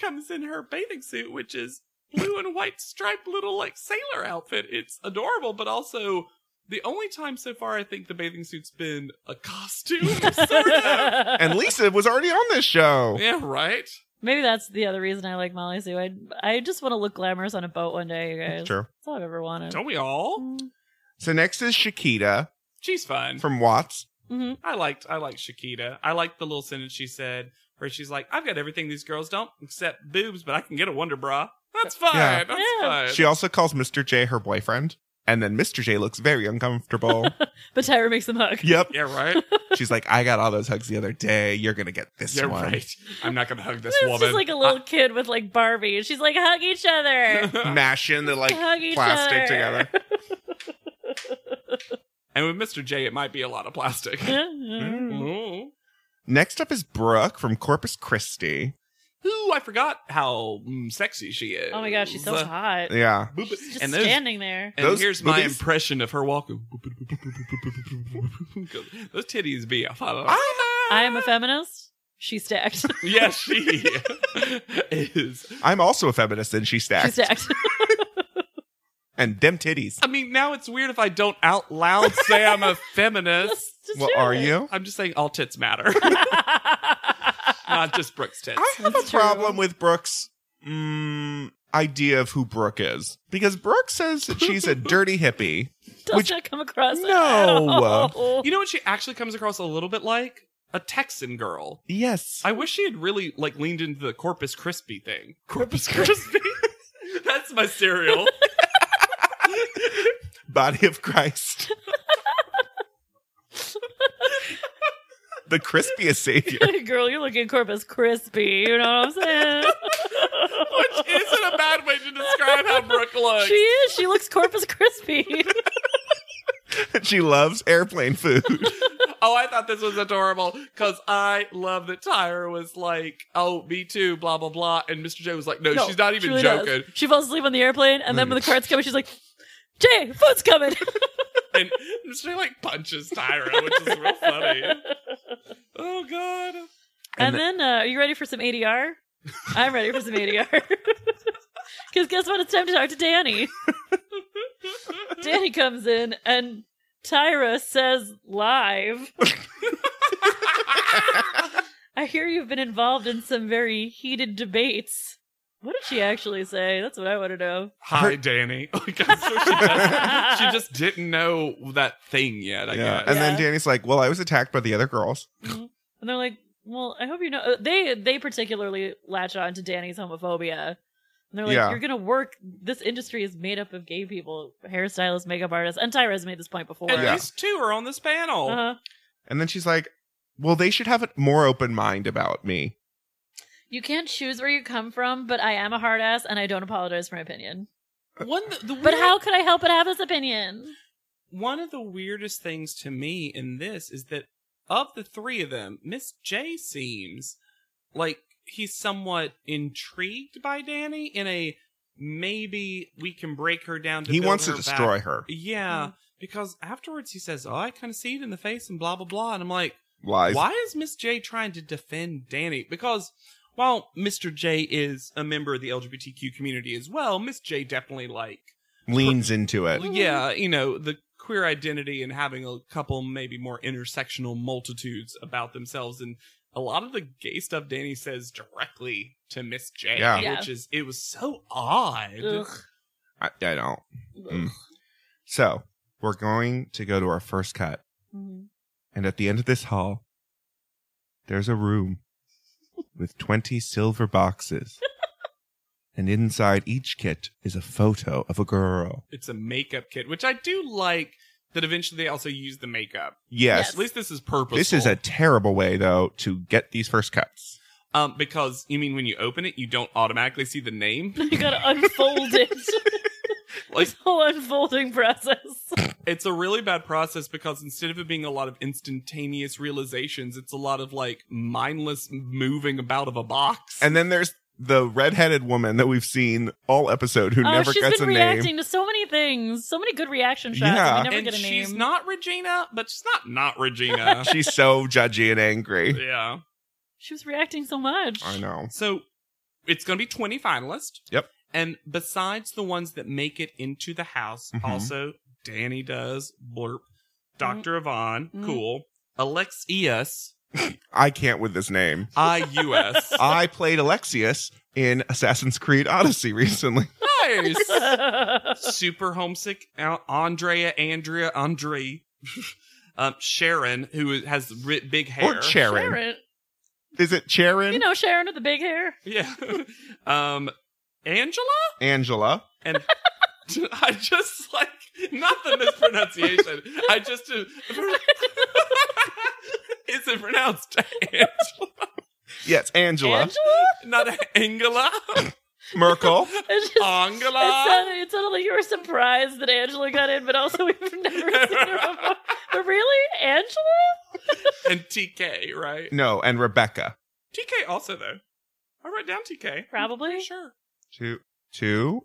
Speaker 3: comes in her bathing suit, which is blue and white striped little like sailor outfit. It's adorable, but also the only time so far I think the bathing suit's been a costume. sort of.
Speaker 1: and Lisa was already on this show.
Speaker 3: Yeah, right.
Speaker 2: maybe that's the other reason i like molly sue i, I just want to look glamorous on a boat one day you guys
Speaker 1: Sure.
Speaker 2: that's all i've ever wanted
Speaker 3: Don't we all?
Speaker 2: mm-hmm.
Speaker 1: So next is Shakita
Speaker 3: She's fun.
Speaker 1: from Watts.
Speaker 2: Mm-hmm.
Speaker 3: I liked I liked Shakita. I liked the little sentence she said where she's like, I've got everything these girls don't except boobs, but I can get a wonder bra. That's fine.
Speaker 1: Yeah.
Speaker 3: That's
Speaker 2: Yeah.
Speaker 3: fine.
Speaker 1: She also calls Mr. J her boyfriend. And then Mr. J looks very uncomfortable.
Speaker 2: but tyra makes them hug
Speaker 1: yep.
Speaker 3: yeah, right.
Speaker 1: She's like, I got all those hugs the other day. You're going to get this
Speaker 3: You're
Speaker 1: one.
Speaker 3: right. I'm not gonna hug this
Speaker 2: it's
Speaker 3: woman.
Speaker 2: just like a little kid with like barbie and she's like hug each other
Speaker 1: Mashing the like
Speaker 2: hug each
Speaker 1: plastic
Speaker 2: other.
Speaker 1: together.
Speaker 3: and with Mr. J, it might be a lot of plastic.
Speaker 2: Mm.
Speaker 3: Ooh,
Speaker 1: Next up is Brooke from Corpus Christi.
Speaker 3: I forgot how mm, sexy she is.
Speaker 2: oh my god she's so
Speaker 3: Uh,
Speaker 2: hot
Speaker 1: Yeah.
Speaker 3: boop-
Speaker 2: She's just
Speaker 3: and those-
Speaker 2: standing there
Speaker 3: and
Speaker 1: Those
Speaker 3: here's my
Speaker 1: boobies-
Speaker 3: impression of her walk. Those titties be a
Speaker 2: I am a feminist. She's stacked.
Speaker 3: Yes, she is.
Speaker 1: I'm also a feminist and she
Speaker 2: She's
Speaker 1: stacks.
Speaker 2: stacked.
Speaker 1: And them titties.
Speaker 3: I mean, now it's weird if I don't out loud say I'm a feminist.
Speaker 2: Just- just
Speaker 1: Well,
Speaker 2: do
Speaker 1: are
Speaker 2: it.
Speaker 1: you?
Speaker 3: I'm just saying all tits matter, not just Brooke's tits.
Speaker 1: I have
Speaker 2: That's
Speaker 1: a
Speaker 2: true.
Speaker 1: problem with Brooke's mm, idea of who Brooke is because Brooke says that she's a dirty hippie.
Speaker 2: Does
Speaker 1: Which-
Speaker 2: not come across. at
Speaker 1: No.
Speaker 2: all.
Speaker 3: You know what she actually comes across a little bit like? A Texan girl.
Speaker 1: Yes.
Speaker 3: I wish she had really like leaned into the Corpus Crispy thing. Corpus Crispy. That's my cereal.
Speaker 1: Body of Christ. the crispiest savior.
Speaker 2: Girl, you're looking Corpus crispy. You know what I'm saying?
Speaker 3: Which isn't a bad way to describe how Brooke looks.
Speaker 2: she is. She looks Corpus crispy.
Speaker 1: she loves airplane food.
Speaker 3: oh, I thought this was adorable because I love that Tyra was like, "Oh, me too," blah blah blah, and Mr. J was like, "No, she's not even
Speaker 2: really does.
Speaker 3: joking."
Speaker 2: She falls asleep on the airplane, and then when the card's coming, she's like, "Jay, food's coming."
Speaker 3: And Mr. J like punches Tyra, which is real funny. Oh God.
Speaker 2: And, then, uh, are you ready for some ADR? I'm ready for some ADR. Because guess what? It's time to talk to Danny. Danny comes in and Tyra says live, I hear you've been involved in some very heated debates. What did she actually say? That's what I want to know.
Speaker 3: Hi, Danny. Like, I'm sure she, just, she just didn't know that thing yet. I
Speaker 1: yeah.
Speaker 3: guess.
Speaker 1: And then
Speaker 2: Yeah.
Speaker 1: Danny's like, Well, I was attacked by the other girls.
Speaker 2: Mhm. and they're like, "Well, I hope you know." uh, They they particularly latch on to Danny's homophobia, and they're like,
Speaker 1: Yeah.
Speaker 2: "You're gonna work. This industry is made up of gay people, hairstylists, makeup artists." And Tyra's made this point before.
Speaker 3: At
Speaker 1: Yeah.
Speaker 3: least two are on this panel.
Speaker 2: Uh-huh.
Speaker 1: And then she's like, Well, they should have a more open mind about me.
Speaker 2: You can't choose where you come from, but I am a hard ass, and I don't apologize for my opinion.
Speaker 3: One, th- the
Speaker 2: But
Speaker 3: weird-
Speaker 2: how could I help but have this opinion?
Speaker 3: One of the weirdest things to me in this is that of the three of them, Miss J seems like he's somewhat intrigued by Danny in a maybe we can break her down to
Speaker 1: He
Speaker 3: build
Speaker 1: wants to
Speaker 3: her back.
Speaker 1: destroy her.
Speaker 3: Yeah, because afterwards he says, "Oh, I kind of see it in the face," and blah blah blah. And I'm like,
Speaker 1: Lies.
Speaker 3: why is Miss J trying to defend Danny? Because while Mr. J is a member of the LGBTQ community as well, Miss J definitely like
Speaker 1: Leans into it.
Speaker 3: yeah, you know, the queer identity and having a couple maybe more intersectional multitudes about themselves and a lot of the gay stuff Danny says directly to Miss J,
Speaker 1: Yeah.
Speaker 2: Yeah.
Speaker 3: which is it was so odd.
Speaker 2: Ugh.
Speaker 1: I, I don't. Mm.
Speaker 2: Ugh.
Speaker 1: So we're going to go to our first cut.
Speaker 2: Mhm.
Speaker 1: And at the end of this hall, there's a room with 20 silver boxes. and inside each kit is a photo of a girl.
Speaker 3: It's a makeup kit, which I do like that eventually they also use the makeup.
Speaker 1: Yes.
Speaker 2: Yes.
Speaker 3: At least this is purposeful.
Speaker 1: This is a terrible way, though, to get these first cuts.
Speaker 3: um because you mean when you open it, you don't automatically see the name.
Speaker 2: you gotta unfold it.
Speaker 3: Like
Speaker 2: this whole unfolding process.
Speaker 3: it's a really bad process because instead of it being a lot of instantaneous realizations, it's a lot of like mindless moving about of a box.
Speaker 1: And then there's the redheaded woman that we've seen all episode who
Speaker 2: oh,
Speaker 1: never
Speaker 2: she's
Speaker 1: gets a
Speaker 2: been
Speaker 1: name.
Speaker 2: reacting to so many things, so many good reaction shots.
Speaker 1: Yeah.
Speaker 2: and we never
Speaker 3: And
Speaker 2: get a
Speaker 3: she's
Speaker 2: name.
Speaker 3: not Regina, but she's not not Regina.
Speaker 1: She's so judgy and angry.
Speaker 3: yeah.
Speaker 2: she was reacting so much.
Speaker 1: I know.
Speaker 3: So it's going to be 20 finalists.
Speaker 1: Yep.
Speaker 3: And besides the ones that make it into the house,
Speaker 1: Mhm.
Speaker 3: also Danny does, blurp, doctor Yvonne,
Speaker 2: Mhm.
Speaker 3: cool, Alexius,
Speaker 1: I can't with this name.
Speaker 3: I-U-S.
Speaker 1: I played Alexius in Assassin's Creed Odyssey recently.
Speaker 3: nice.
Speaker 2: I
Speaker 3: super homesick Al- Andrea, Andrea, Andre, um, Sharon, who is- has ri- big hair.
Speaker 1: Or Charon.
Speaker 2: Sharon.
Speaker 1: Is it Charon?
Speaker 2: You know Sharon with the big hair.
Speaker 3: Yeah. um, Angela?
Speaker 1: Angela.
Speaker 3: And I just like, not the mispronunciation. I just. uh, is it pronounced Angela?
Speaker 1: Yes, Angela.
Speaker 2: Angela?
Speaker 3: Not Angela?
Speaker 1: Merkel.
Speaker 2: It's just-
Speaker 3: Uh,
Speaker 2: It
Speaker 3: Angela?
Speaker 2: sounded, it sounded like you were surprised that Angela got in, but also we've never seen her before. But really, Angela?
Speaker 3: and TK, right?
Speaker 1: No, and Rebecca.
Speaker 3: TK also, though. I wrote down TK.
Speaker 2: Probably.
Speaker 3: Sure.
Speaker 1: Two, two.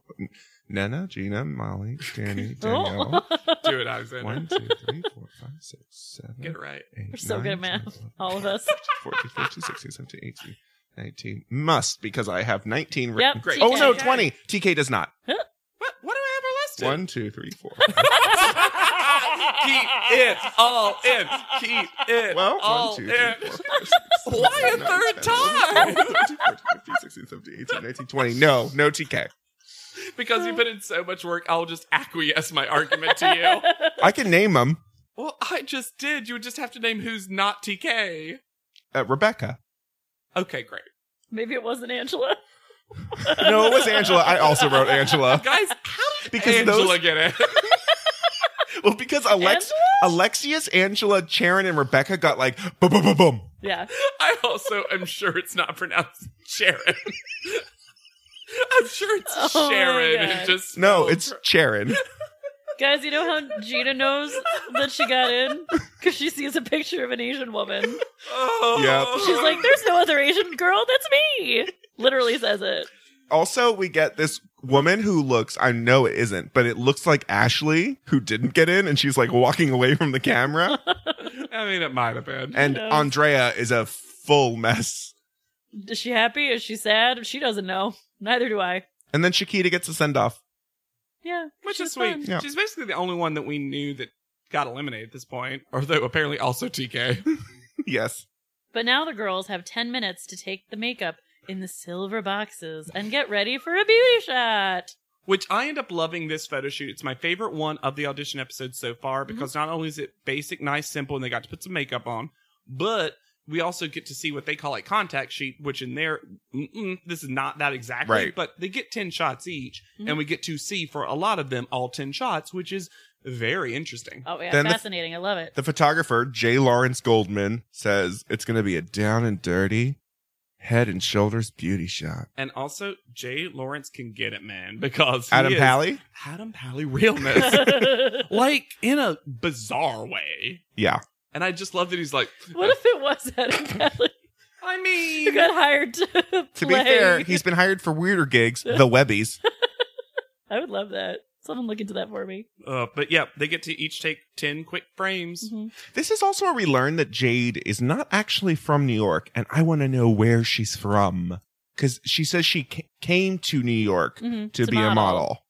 Speaker 1: Nana, Gina, Molly, Danny, Danielle.
Speaker 2: Oh.
Speaker 3: Do it, Alexander.
Speaker 1: One, two, three, four, five, six, seven,
Speaker 3: Get it right.
Speaker 1: eight,
Speaker 2: We're so
Speaker 1: nine,
Speaker 2: good at math.
Speaker 1: 10,
Speaker 2: All of us.
Speaker 1: 14, 15, 16, 17, 18, 19. Must, because I have 19 written.
Speaker 2: Yep.
Speaker 3: Great.
Speaker 1: Oh,
Speaker 2: TK.
Speaker 1: no, 20. TK does not.
Speaker 3: What? What do I have her listed?
Speaker 1: One, two, three, four. five.
Speaker 3: Keep it all in. Keep it
Speaker 1: Well,
Speaker 3: all
Speaker 1: one, two,
Speaker 3: in.
Speaker 1: three, four, five, six, seven,
Speaker 3: Oh, Why a
Speaker 1: eight, nine, 10,
Speaker 3: third time?
Speaker 1: 11, 12, 13, 14, 15, 16, 17, 18, 19, 20. No, no TK.
Speaker 3: Because you put in so much work, I'll just acquiesce my argument to you.
Speaker 1: I can name them.
Speaker 3: well, I just did. You would just have to name who's not TK.
Speaker 1: Uh, Rebecca.
Speaker 3: Okay, great.
Speaker 2: Maybe it wasn't Angela.
Speaker 1: No, it was Angela. I also wrote Angela.
Speaker 3: Guys, how did
Speaker 1: Because
Speaker 3: Angela
Speaker 1: those-
Speaker 3: get it?
Speaker 1: Well, because Alex, Alexius, Angela, Sharon, and Rebecca got like boom, boom, boom, boom.
Speaker 2: Yeah.
Speaker 3: I also am sure it's not pronounced Sharon. I'm sure it's
Speaker 2: Oh my
Speaker 3: Sharon.
Speaker 2: God.
Speaker 3: It just
Speaker 1: No,
Speaker 3: spelled
Speaker 1: it's Sharon.
Speaker 2: Guys, you know how Gina knows that she got in? Because she sees a picture of an Asian woman.
Speaker 3: Oh.
Speaker 1: Yep.
Speaker 2: She's like, there's no other Asian girl, that's me. Literally says it.
Speaker 1: Also, we get this woman who looks, I know it isn't, but it looks like Ashley who didn't get in and she's like walking away from the camera.
Speaker 3: I mean, it might have been.
Speaker 1: And
Speaker 2: knows?
Speaker 1: Andrea is a full mess.
Speaker 2: Is she happy? Is she sad? She doesn't know. Neither do I.
Speaker 1: And then Shakita gets a send off.
Speaker 2: Yeah.
Speaker 3: which
Speaker 2: she's
Speaker 3: is sweet.
Speaker 2: fun.
Speaker 1: Yeah.
Speaker 3: She's basically the only one that we knew that got eliminated at this point, although apparently also TK.
Speaker 1: yes.
Speaker 2: But now the girls have 10 minutes to take the makeup in the silver boxes and get ready for a beauty shot.
Speaker 3: Which I end up loving this photo shoot. It's my favorite one of the audition episodes so far because not only is it basic, nice, simple, and they got to put some makeup on, but we also get to see what they call a contact sheet, which in their mm-mm, this is not that exactly,
Speaker 1: Right.
Speaker 3: but they get ten shots each,
Speaker 2: Mhm.
Speaker 3: and we get to see for a lot of them all ten shots, which is very interesting.
Speaker 2: Oh, yeah.
Speaker 1: Then the-
Speaker 2: fascinating. I love it.
Speaker 1: The photographer, J. Lawrence Goldman, says it's going to be a down and dirty, head and shoulders beauty shot.
Speaker 3: And also, Jay Lawrence can get it, man, because he
Speaker 1: Adam
Speaker 3: is-
Speaker 1: Pally?
Speaker 3: Adam Pally realness. like in a bizarre way.
Speaker 1: Yeah.
Speaker 3: And I just love that he's like,
Speaker 2: what if it was Adam Pally?
Speaker 3: I
Speaker 2: Who
Speaker 3: mean,
Speaker 2: got hired to play.
Speaker 1: To be fair, he's been hired for weirder gigs, the Webbies.
Speaker 2: I would love that. Someone look into that for me.
Speaker 3: uh, but yeah, they get to each take ten quick frames.
Speaker 2: Mhm.
Speaker 1: This is also where we learn that Jade is not actually from New York, and I want to know where she's from because she says she ca- came to New York
Speaker 2: Mhm.
Speaker 1: to
Speaker 2: It's
Speaker 1: be a model,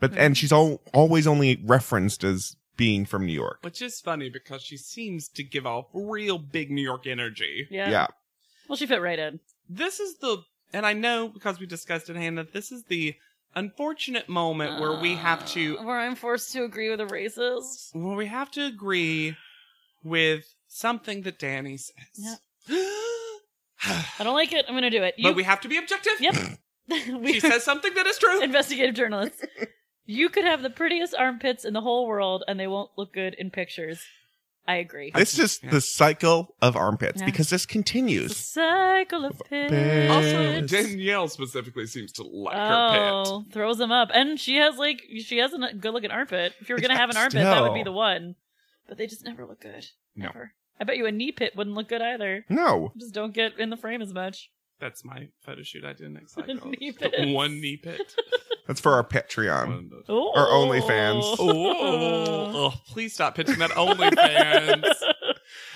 Speaker 1: but and she's al- always only referenced as being from New York.
Speaker 3: Which is funny because she seems to give off real big New York energy.
Speaker 2: Yeah.
Speaker 1: yeah.
Speaker 2: Well, she fit right in.
Speaker 3: This is the, and I know because we discussed it, Hannah, this is the unfortunate moment where we have to,
Speaker 2: Uh, Where I'm forced to agree with a racist.
Speaker 3: where we have to agree with something that Danny says.
Speaker 2: I don't like it. I'm gonna do it. You-
Speaker 3: but we have to be objective.
Speaker 2: Yep. we
Speaker 3: She says something that is true.
Speaker 2: investigative journalists. You could have the prettiest armpits in the whole world, and they won't look good in pictures. I agree.
Speaker 1: This is the cycle of armpits
Speaker 2: Yeah.
Speaker 1: because this
Speaker 2: The
Speaker 1: continues.
Speaker 2: cycle of pits.
Speaker 3: Also,
Speaker 1: Yes.
Speaker 3: Danielle specifically seems to like her pet.
Speaker 2: Oh, throws them up, and she has like she has a good looking armpit. If you were gonna have an armpit, that would be
Speaker 1: Still.
Speaker 2: the one. But they just never look good.
Speaker 1: No.
Speaker 2: Never. I bet you a knee pit wouldn't look good either.
Speaker 1: No.
Speaker 2: Just don't get in the frame as much.
Speaker 3: That's my photo shoot I did next cycle.
Speaker 2: Knee
Speaker 3: Just
Speaker 2: pits.
Speaker 3: One knee pit.
Speaker 1: That's for our Patreon.
Speaker 3: One of those.
Speaker 2: Oh.
Speaker 1: Or OnlyFans.
Speaker 3: Oh, oh, please stop pitching that OnlyFans.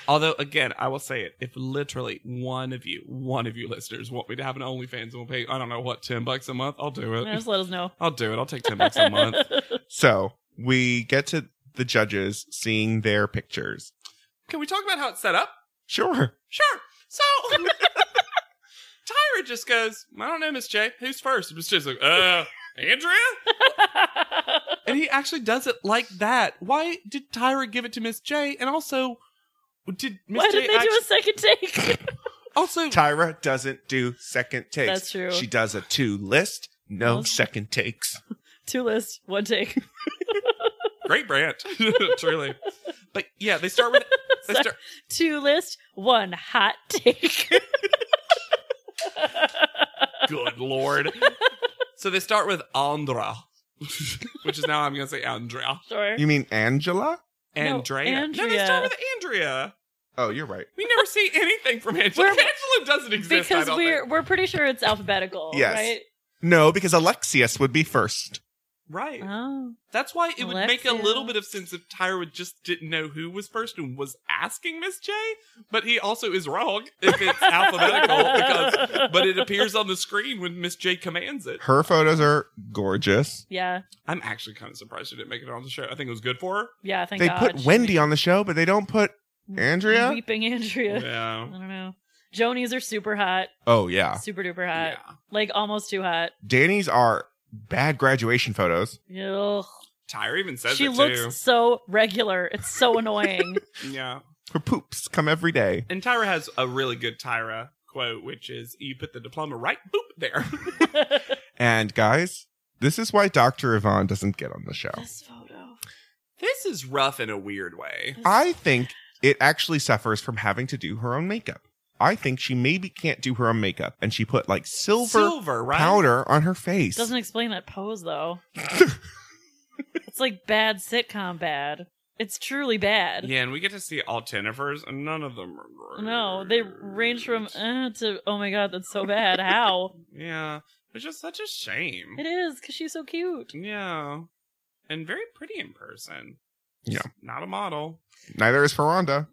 Speaker 3: Although, again, I will say it: if literally one of you, one of you listeners, want me to have an OnlyFans and will pay, I don't know what, ten bucks a month, I'll do
Speaker 2: Yeah,
Speaker 3: it.
Speaker 2: Just let us know.
Speaker 3: I'll do it. I'll take ten bucks a month.
Speaker 1: So we get to the judges seeing their pictures.
Speaker 3: Can we talk about how it's set up?
Speaker 1: Sure.
Speaker 3: Sure. So Tyra just goes, I don't know, Miss J, who's first? And Miss J's like, uh, Andrea? And he actually does it like that. Why did Tyra give it to Miss J? And also, did Miss
Speaker 2: Why
Speaker 3: J
Speaker 2: did they
Speaker 3: actually-
Speaker 2: do a second take?
Speaker 3: also
Speaker 1: Tyra doesn't do second takes.
Speaker 2: That's true.
Speaker 1: She does a two list, no
Speaker 2: Well-
Speaker 1: second takes.
Speaker 2: Two lists, one take.
Speaker 3: great brand, truly. But yeah, they start with they
Speaker 2: Sorry.
Speaker 3: start,
Speaker 2: Two list, one hot take.
Speaker 3: good lord. so they start with Andra, which is now I'm going to say Andrea.
Speaker 2: sure.
Speaker 1: You mean Angela?
Speaker 2: No,
Speaker 3: Andrea. No, they
Speaker 2: Andrea.
Speaker 3: start with Andrea.
Speaker 1: Oh, you're right.
Speaker 3: We never see anything from Angela.
Speaker 2: We're-
Speaker 3: Angela doesn't exist. I
Speaker 2: because
Speaker 3: don't
Speaker 2: we're
Speaker 3: think.
Speaker 2: we're pretty sure it's alphabetical,
Speaker 1: Yes.
Speaker 2: right?
Speaker 1: No, because Alexius would be first.
Speaker 3: right.
Speaker 2: Oh,
Speaker 3: That's why it would make a
Speaker 2: Alexia.
Speaker 3: little bit of sense if Tyra would- just didn't know who was first and was asking Miss J. But he also is wrong if it's alphabetical because. But it appears on the screen when Miss J commands it.
Speaker 1: Her photos are gorgeous.
Speaker 2: yeah,
Speaker 3: I'm actually kind of surprised she didn't make it on the show. I think it was good for her.
Speaker 2: yeah. Thank
Speaker 1: they
Speaker 2: God.
Speaker 1: put Wendy on the show, but they don't put Andrea.
Speaker 2: Weeping Andrea. I
Speaker 3: Yeah.
Speaker 2: don't know. Jonies are super hot,
Speaker 1: oh yeah,
Speaker 2: super duper
Speaker 3: Yeah.
Speaker 2: hot, like almost too hot.
Speaker 1: Danny's are bad graduation photos.
Speaker 2: Ugh.
Speaker 3: Tyra even says
Speaker 2: She
Speaker 3: it
Speaker 2: looks so regular. It's so annoying.
Speaker 3: too. Yeah.
Speaker 1: Her poops come every day.
Speaker 3: And Tyra has a really good Tyra quote, which is "You put the diploma right, boop there."
Speaker 1: And guys, this is why Doctor Yvonne doesn't get on the show.
Speaker 2: this photo.
Speaker 3: this is rough in a weird way.
Speaker 1: I think it actually suffers from having to do her own makeup. I think she maybe can't do her own makeup, and she put like silver,
Speaker 3: right?
Speaker 1: powder on her face.
Speaker 2: Doesn't explain that pose though. it's like bad sitcom bad. It's truly bad.
Speaker 3: Yeah, and we get to see all ten of hers, and none of them are great.
Speaker 2: No, they range from uh, to oh my god, that's so bad. How
Speaker 3: Yeah, it's just such a shame.
Speaker 2: it is because she's so cute.
Speaker 3: Yeah, and very pretty in person.
Speaker 1: Yeah.
Speaker 3: Just not a model.
Speaker 1: Neither is Ferranda.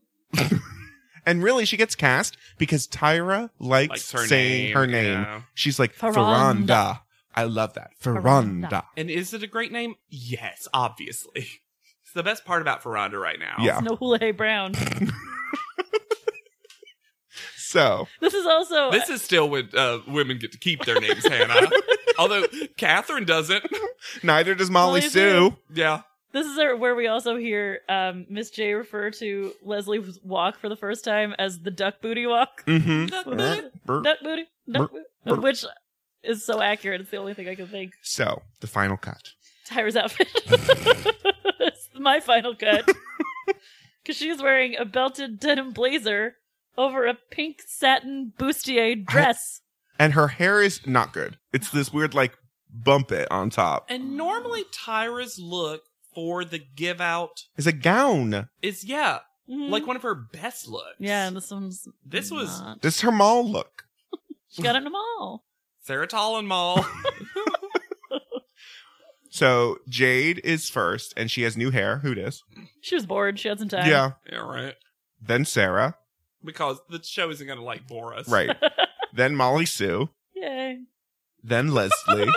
Speaker 1: and really, she gets cast because Tyra likes,
Speaker 3: Likes her
Speaker 1: saying
Speaker 3: name,
Speaker 1: her name.
Speaker 3: yeah.
Speaker 1: She's like
Speaker 2: Ferranda.
Speaker 1: Ferranda. I love that.
Speaker 2: Ferranda.
Speaker 1: Ferranda.
Speaker 3: And is it a great name? Yes, obviously. It's the best part about Ferranda right now.
Speaker 1: Yeah.
Speaker 2: No Houlihan Brown.
Speaker 1: So
Speaker 2: This is also
Speaker 3: This is still when uh, women get to keep their names, Hannah. Although Catherine doesn't.
Speaker 1: neither does Molly
Speaker 2: Molly
Speaker 1: Sue.
Speaker 3: Yeah.
Speaker 2: this is our- where we also hear um, Miss J refer to Leslie's walk for the first time as the duck booty walk.
Speaker 1: Mm-hmm.
Speaker 2: Duck booty, duck booty, which is so accurate. It's the only thing I can think.
Speaker 1: So the final cut.
Speaker 2: Tyra's outfit. it's my final cut. Because she's wearing a belted denim blazer over a pink satin bustier dress.
Speaker 1: And her hair is not good. It's this weird like bump it on top.
Speaker 3: And normally Tyra's look for the give out
Speaker 1: It's a gown.
Speaker 3: is yeah,
Speaker 2: Mhm.
Speaker 3: Like one of her best looks.
Speaker 2: yeah, and this one's
Speaker 3: This was-
Speaker 2: not.
Speaker 1: This is her mall look.
Speaker 2: she got in them all.
Speaker 3: Sarah Tallon Mall.
Speaker 1: So Jade is first, and she has new hair. Who dis?
Speaker 2: She was bored. She had some time.
Speaker 1: Yeah.
Speaker 3: yeah, right.
Speaker 1: Then Sarah.
Speaker 3: Because the show isn't gonna like bore us.
Speaker 1: Right. then Molly Sue.
Speaker 2: Yay.
Speaker 1: Then Leslie.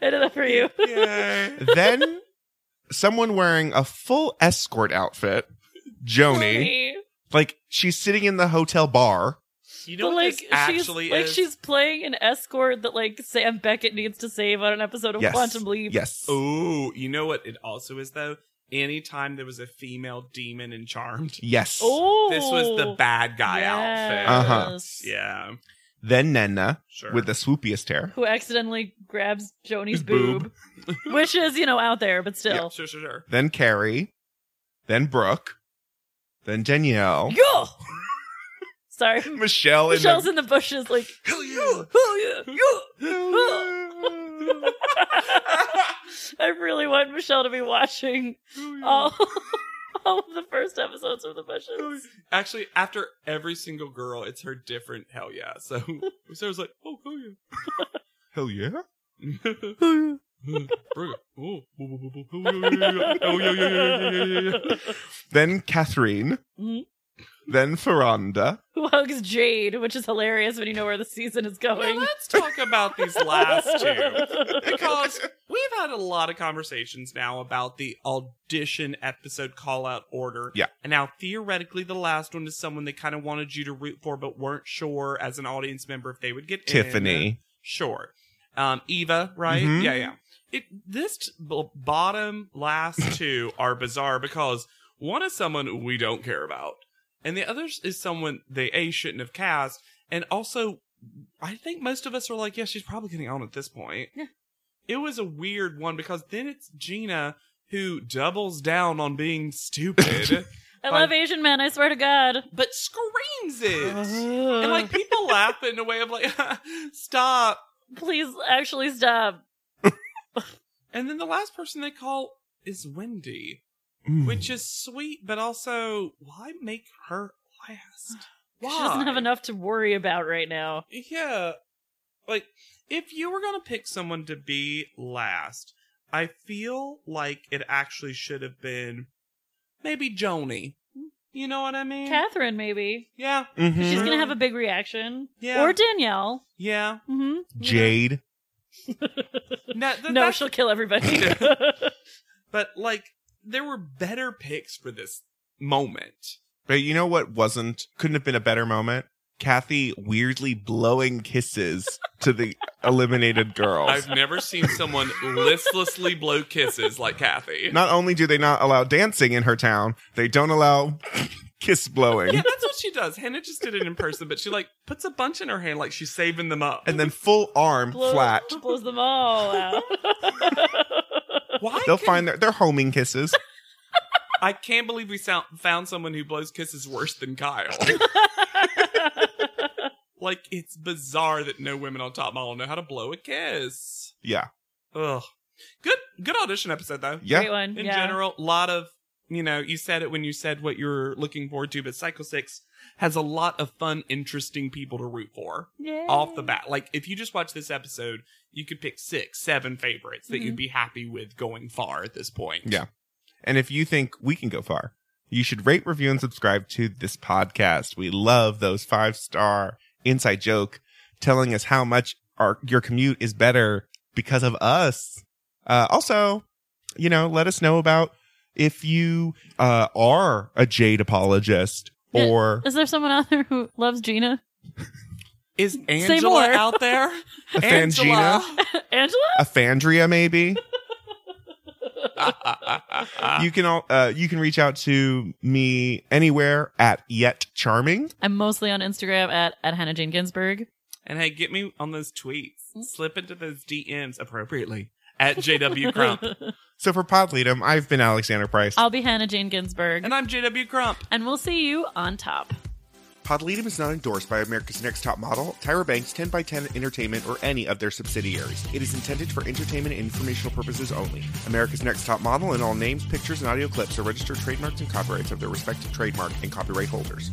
Speaker 2: I did that for you.
Speaker 3: Yay.
Speaker 1: then someone wearing a full escort outfit. Joni. Like she's sitting in the hotel bar.
Speaker 3: You know what
Speaker 2: But like
Speaker 3: this
Speaker 2: she's
Speaker 3: actually
Speaker 2: like
Speaker 3: is?
Speaker 2: she's playing an escort that like Sam Beckett needs to save on an episode of
Speaker 1: Yes.
Speaker 2: Quantum Leap.
Speaker 1: Yes.
Speaker 3: Oh, you know what it also is though? Anytime there was a female demon in Charmed,
Speaker 1: Yes.
Speaker 2: Oh,
Speaker 3: this was the bad guy outfit.
Speaker 1: Uh-huh.
Speaker 2: Yes.
Speaker 3: Yeah,
Speaker 1: Then Nenna
Speaker 3: sure.
Speaker 1: with the swoopiest hair.
Speaker 2: Who accidentally grabs Joni's
Speaker 1: His boob.
Speaker 2: boob, which is you know out there, but
Speaker 3: yeah,
Speaker 2: still.
Speaker 3: sure, sure, sure.
Speaker 1: Then Carrie. Then Brooke. Then Danielle.
Speaker 2: Yo. Sorry,
Speaker 1: Michelle in
Speaker 2: Michelle's
Speaker 1: the-
Speaker 2: in the bushes, like.
Speaker 3: Hell yeah.
Speaker 2: "Oh, yeah, yeah." I really want Michelle to be watching all, all of the first episodes of The Bushes.
Speaker 3: Actually, after every single girl, it's her different hell yeah. So Sarah's like, oh hell
Speaker 1: Hell yeah.
Speaker 3: yeah. Bro, oh, oh, oh, oh, oh, yeah, yeah, yeah, yeah. Oh, yeah, yeah, yeah, yeah, yeah, yeah, yeah.
Speaker 1: Then Catherine.
Speaker 2: Mhm.
Speaker 3: Mm-hmm.
Speaker 1: Then
Speaker 3: uh,
Speaker 1: Ferranda.
Speaker 2: Who hugs Jade, which is hilarious when you know where the season is
Speaker 3: Now,
Speaker 2: going.
Speaker 3: let's talk about these last two. because we've had a lot of conversations now about the audition episode call out order.
Speaker 1: Yeah.
Speaker 3: And now theoretically the last one is someone they kind of wanted you to root for but weren't sure as an audience member if they would get in.
Speaker 1: Tiffany.
Speaker 3: Sure. Um Eva, right?
Speaker 1: Mhm.
Speaker 3: Yeah, yeah. It this t- b- bottom last two are bizarre because one is someone we don't care about and the other is someone they a shouldn't have cast and also i think most of us are like yeah she's probably getting on at this point
Speaker 2: Yeah.
Speaker 3: it was a weird one because then it's gina who doubles down on being stupid
Speaker 2: I love Asian men, I swear to God.
Speaker 3: but screams it and
Speaker 2: And
Speaker 3: like
Speaker 2: like,
Speaker 3: people laugh in a way of like stop
Speaker 2: please actually stop.
Speaker 3: and then the last person they call is wendy which is sweet but also why make her last why
Speaker 2: She doesn't have enough to worry about right now.
Speaker 3: Yeah. Like, if you were going to pick someone to be last, I feel like it actually should have been maybe Joni. You know what I mean?
Speaker 2: Catherine, maybe.
Speaker 3: Yeah.
Speaker 1: Mhm.
Speaker 2: She's
Speaker 3: Mhm.
Speaker 2: gonna have a big reaction.
Speaker 3: Yeah.
Speaker 2: Or Danielle.
Speaker 3: Yeah.
Speaker 2: hmm
Speaker 1: Jade.
Speaker 3: No, th-
Speaker 2: No,
Speaker 3: that's-
Speaker 2: she'll kill everybody.
Speaker 3: But, like, there were better picks for this moment.
Speaker 1: But you know what wasn't couldn't have been a better moment? Kathy weirdly blowing kisses to the eliminated girls.
Speaker 3: I've never seen someone listlessly blow kisses like Kathy.
Speaker 1: Not only do they not allow dancing in her town, they don't allow kiss blowing.
Speaker 3: Yeah, that's what she does. Hannah just did it in person, but she, like, puts a bunch in her hand like she's saving them up.
Speaker 1: And then full arm
Speaker 2: Blow-
Speaker 1: flat.
Speaker 2: Blows them all out.
Speaker 3: Why
Speaker 1: They'll
Speaker 3: couldn't
Speaker 1: find their their homing kisses.
Speaker 3: I can't believe we sound, found someone who blows kisses worse than Kyle. like, it's bizarre that no women on Top Model know how to blow a kiss.
Speaker 1: Yeah.
Speaker 3: Ugh. Good, good audition episode though.
Speaker 2: Great
Speaker 1: Yeah.
Speaker 2: one.
Speaker 3: In
Speaker 2: yeah.
Speaker 3: general, a lot of you know, you said it when you said what you're looking forward to, but Cycle Six has a lot of fun, interesting people to root for
Speaker 2: Yay.
Speaker 3: off the bat. Like, if you just watch this episode, you could pick six, seven favorites that
Speaker 2: Mhm.
Speaker 3: you'd be happy with going far at this point.
Speaker 1: Yeah. And if you think we can go far, you should rate, review, and subscribe to this podcast. We love those five star inside joke telling us how much our your commute is better because of us. Uh, also, you know, let us know about if you uh, are a Jade apologist
Speaker 2: Yeah.
Speaker 1: or
Speaker 2: Is there someone out there who loves Gina?
Speaker 3: Is Angela
Speaker 2: more.
Speaker 3: out there?
Speaker 1: a Fangina,
Speaker 2: Angela?
Speaker 1: a Fandria, maybe.
Speaker 3: Angela?
Speaker 1: you can all uh, you can reach out to me anywhere at yet charming.
Speaker 2: I'm mostly on Instagram at, at Hannah Jane Ginsburg.
Speaker 3: And hey, get me on those tweets.
Speaker 2: Mm.
Speaker 3: Slip into those DMs appropriately at JW Crump.
Speaker 1: So for Podleadum, I've been Alexander Price.
Speaker 2: I'll be Hannah Jane Ginsburg.
Speaker 3: and I'm JW Crump.
Speaker 2: and we'll see you on top.
Speaker 1: Podletum is not endorsed by America's Next Top Model, Tyra Banks, 10x10 Entertainment, or any of their subsidiaries. It is intended for entertainment and informational purposes only. America's Next Top Model and all names, pictures, and audio clips are registered trademarks and copyrights of their respective trademark and copyright holders.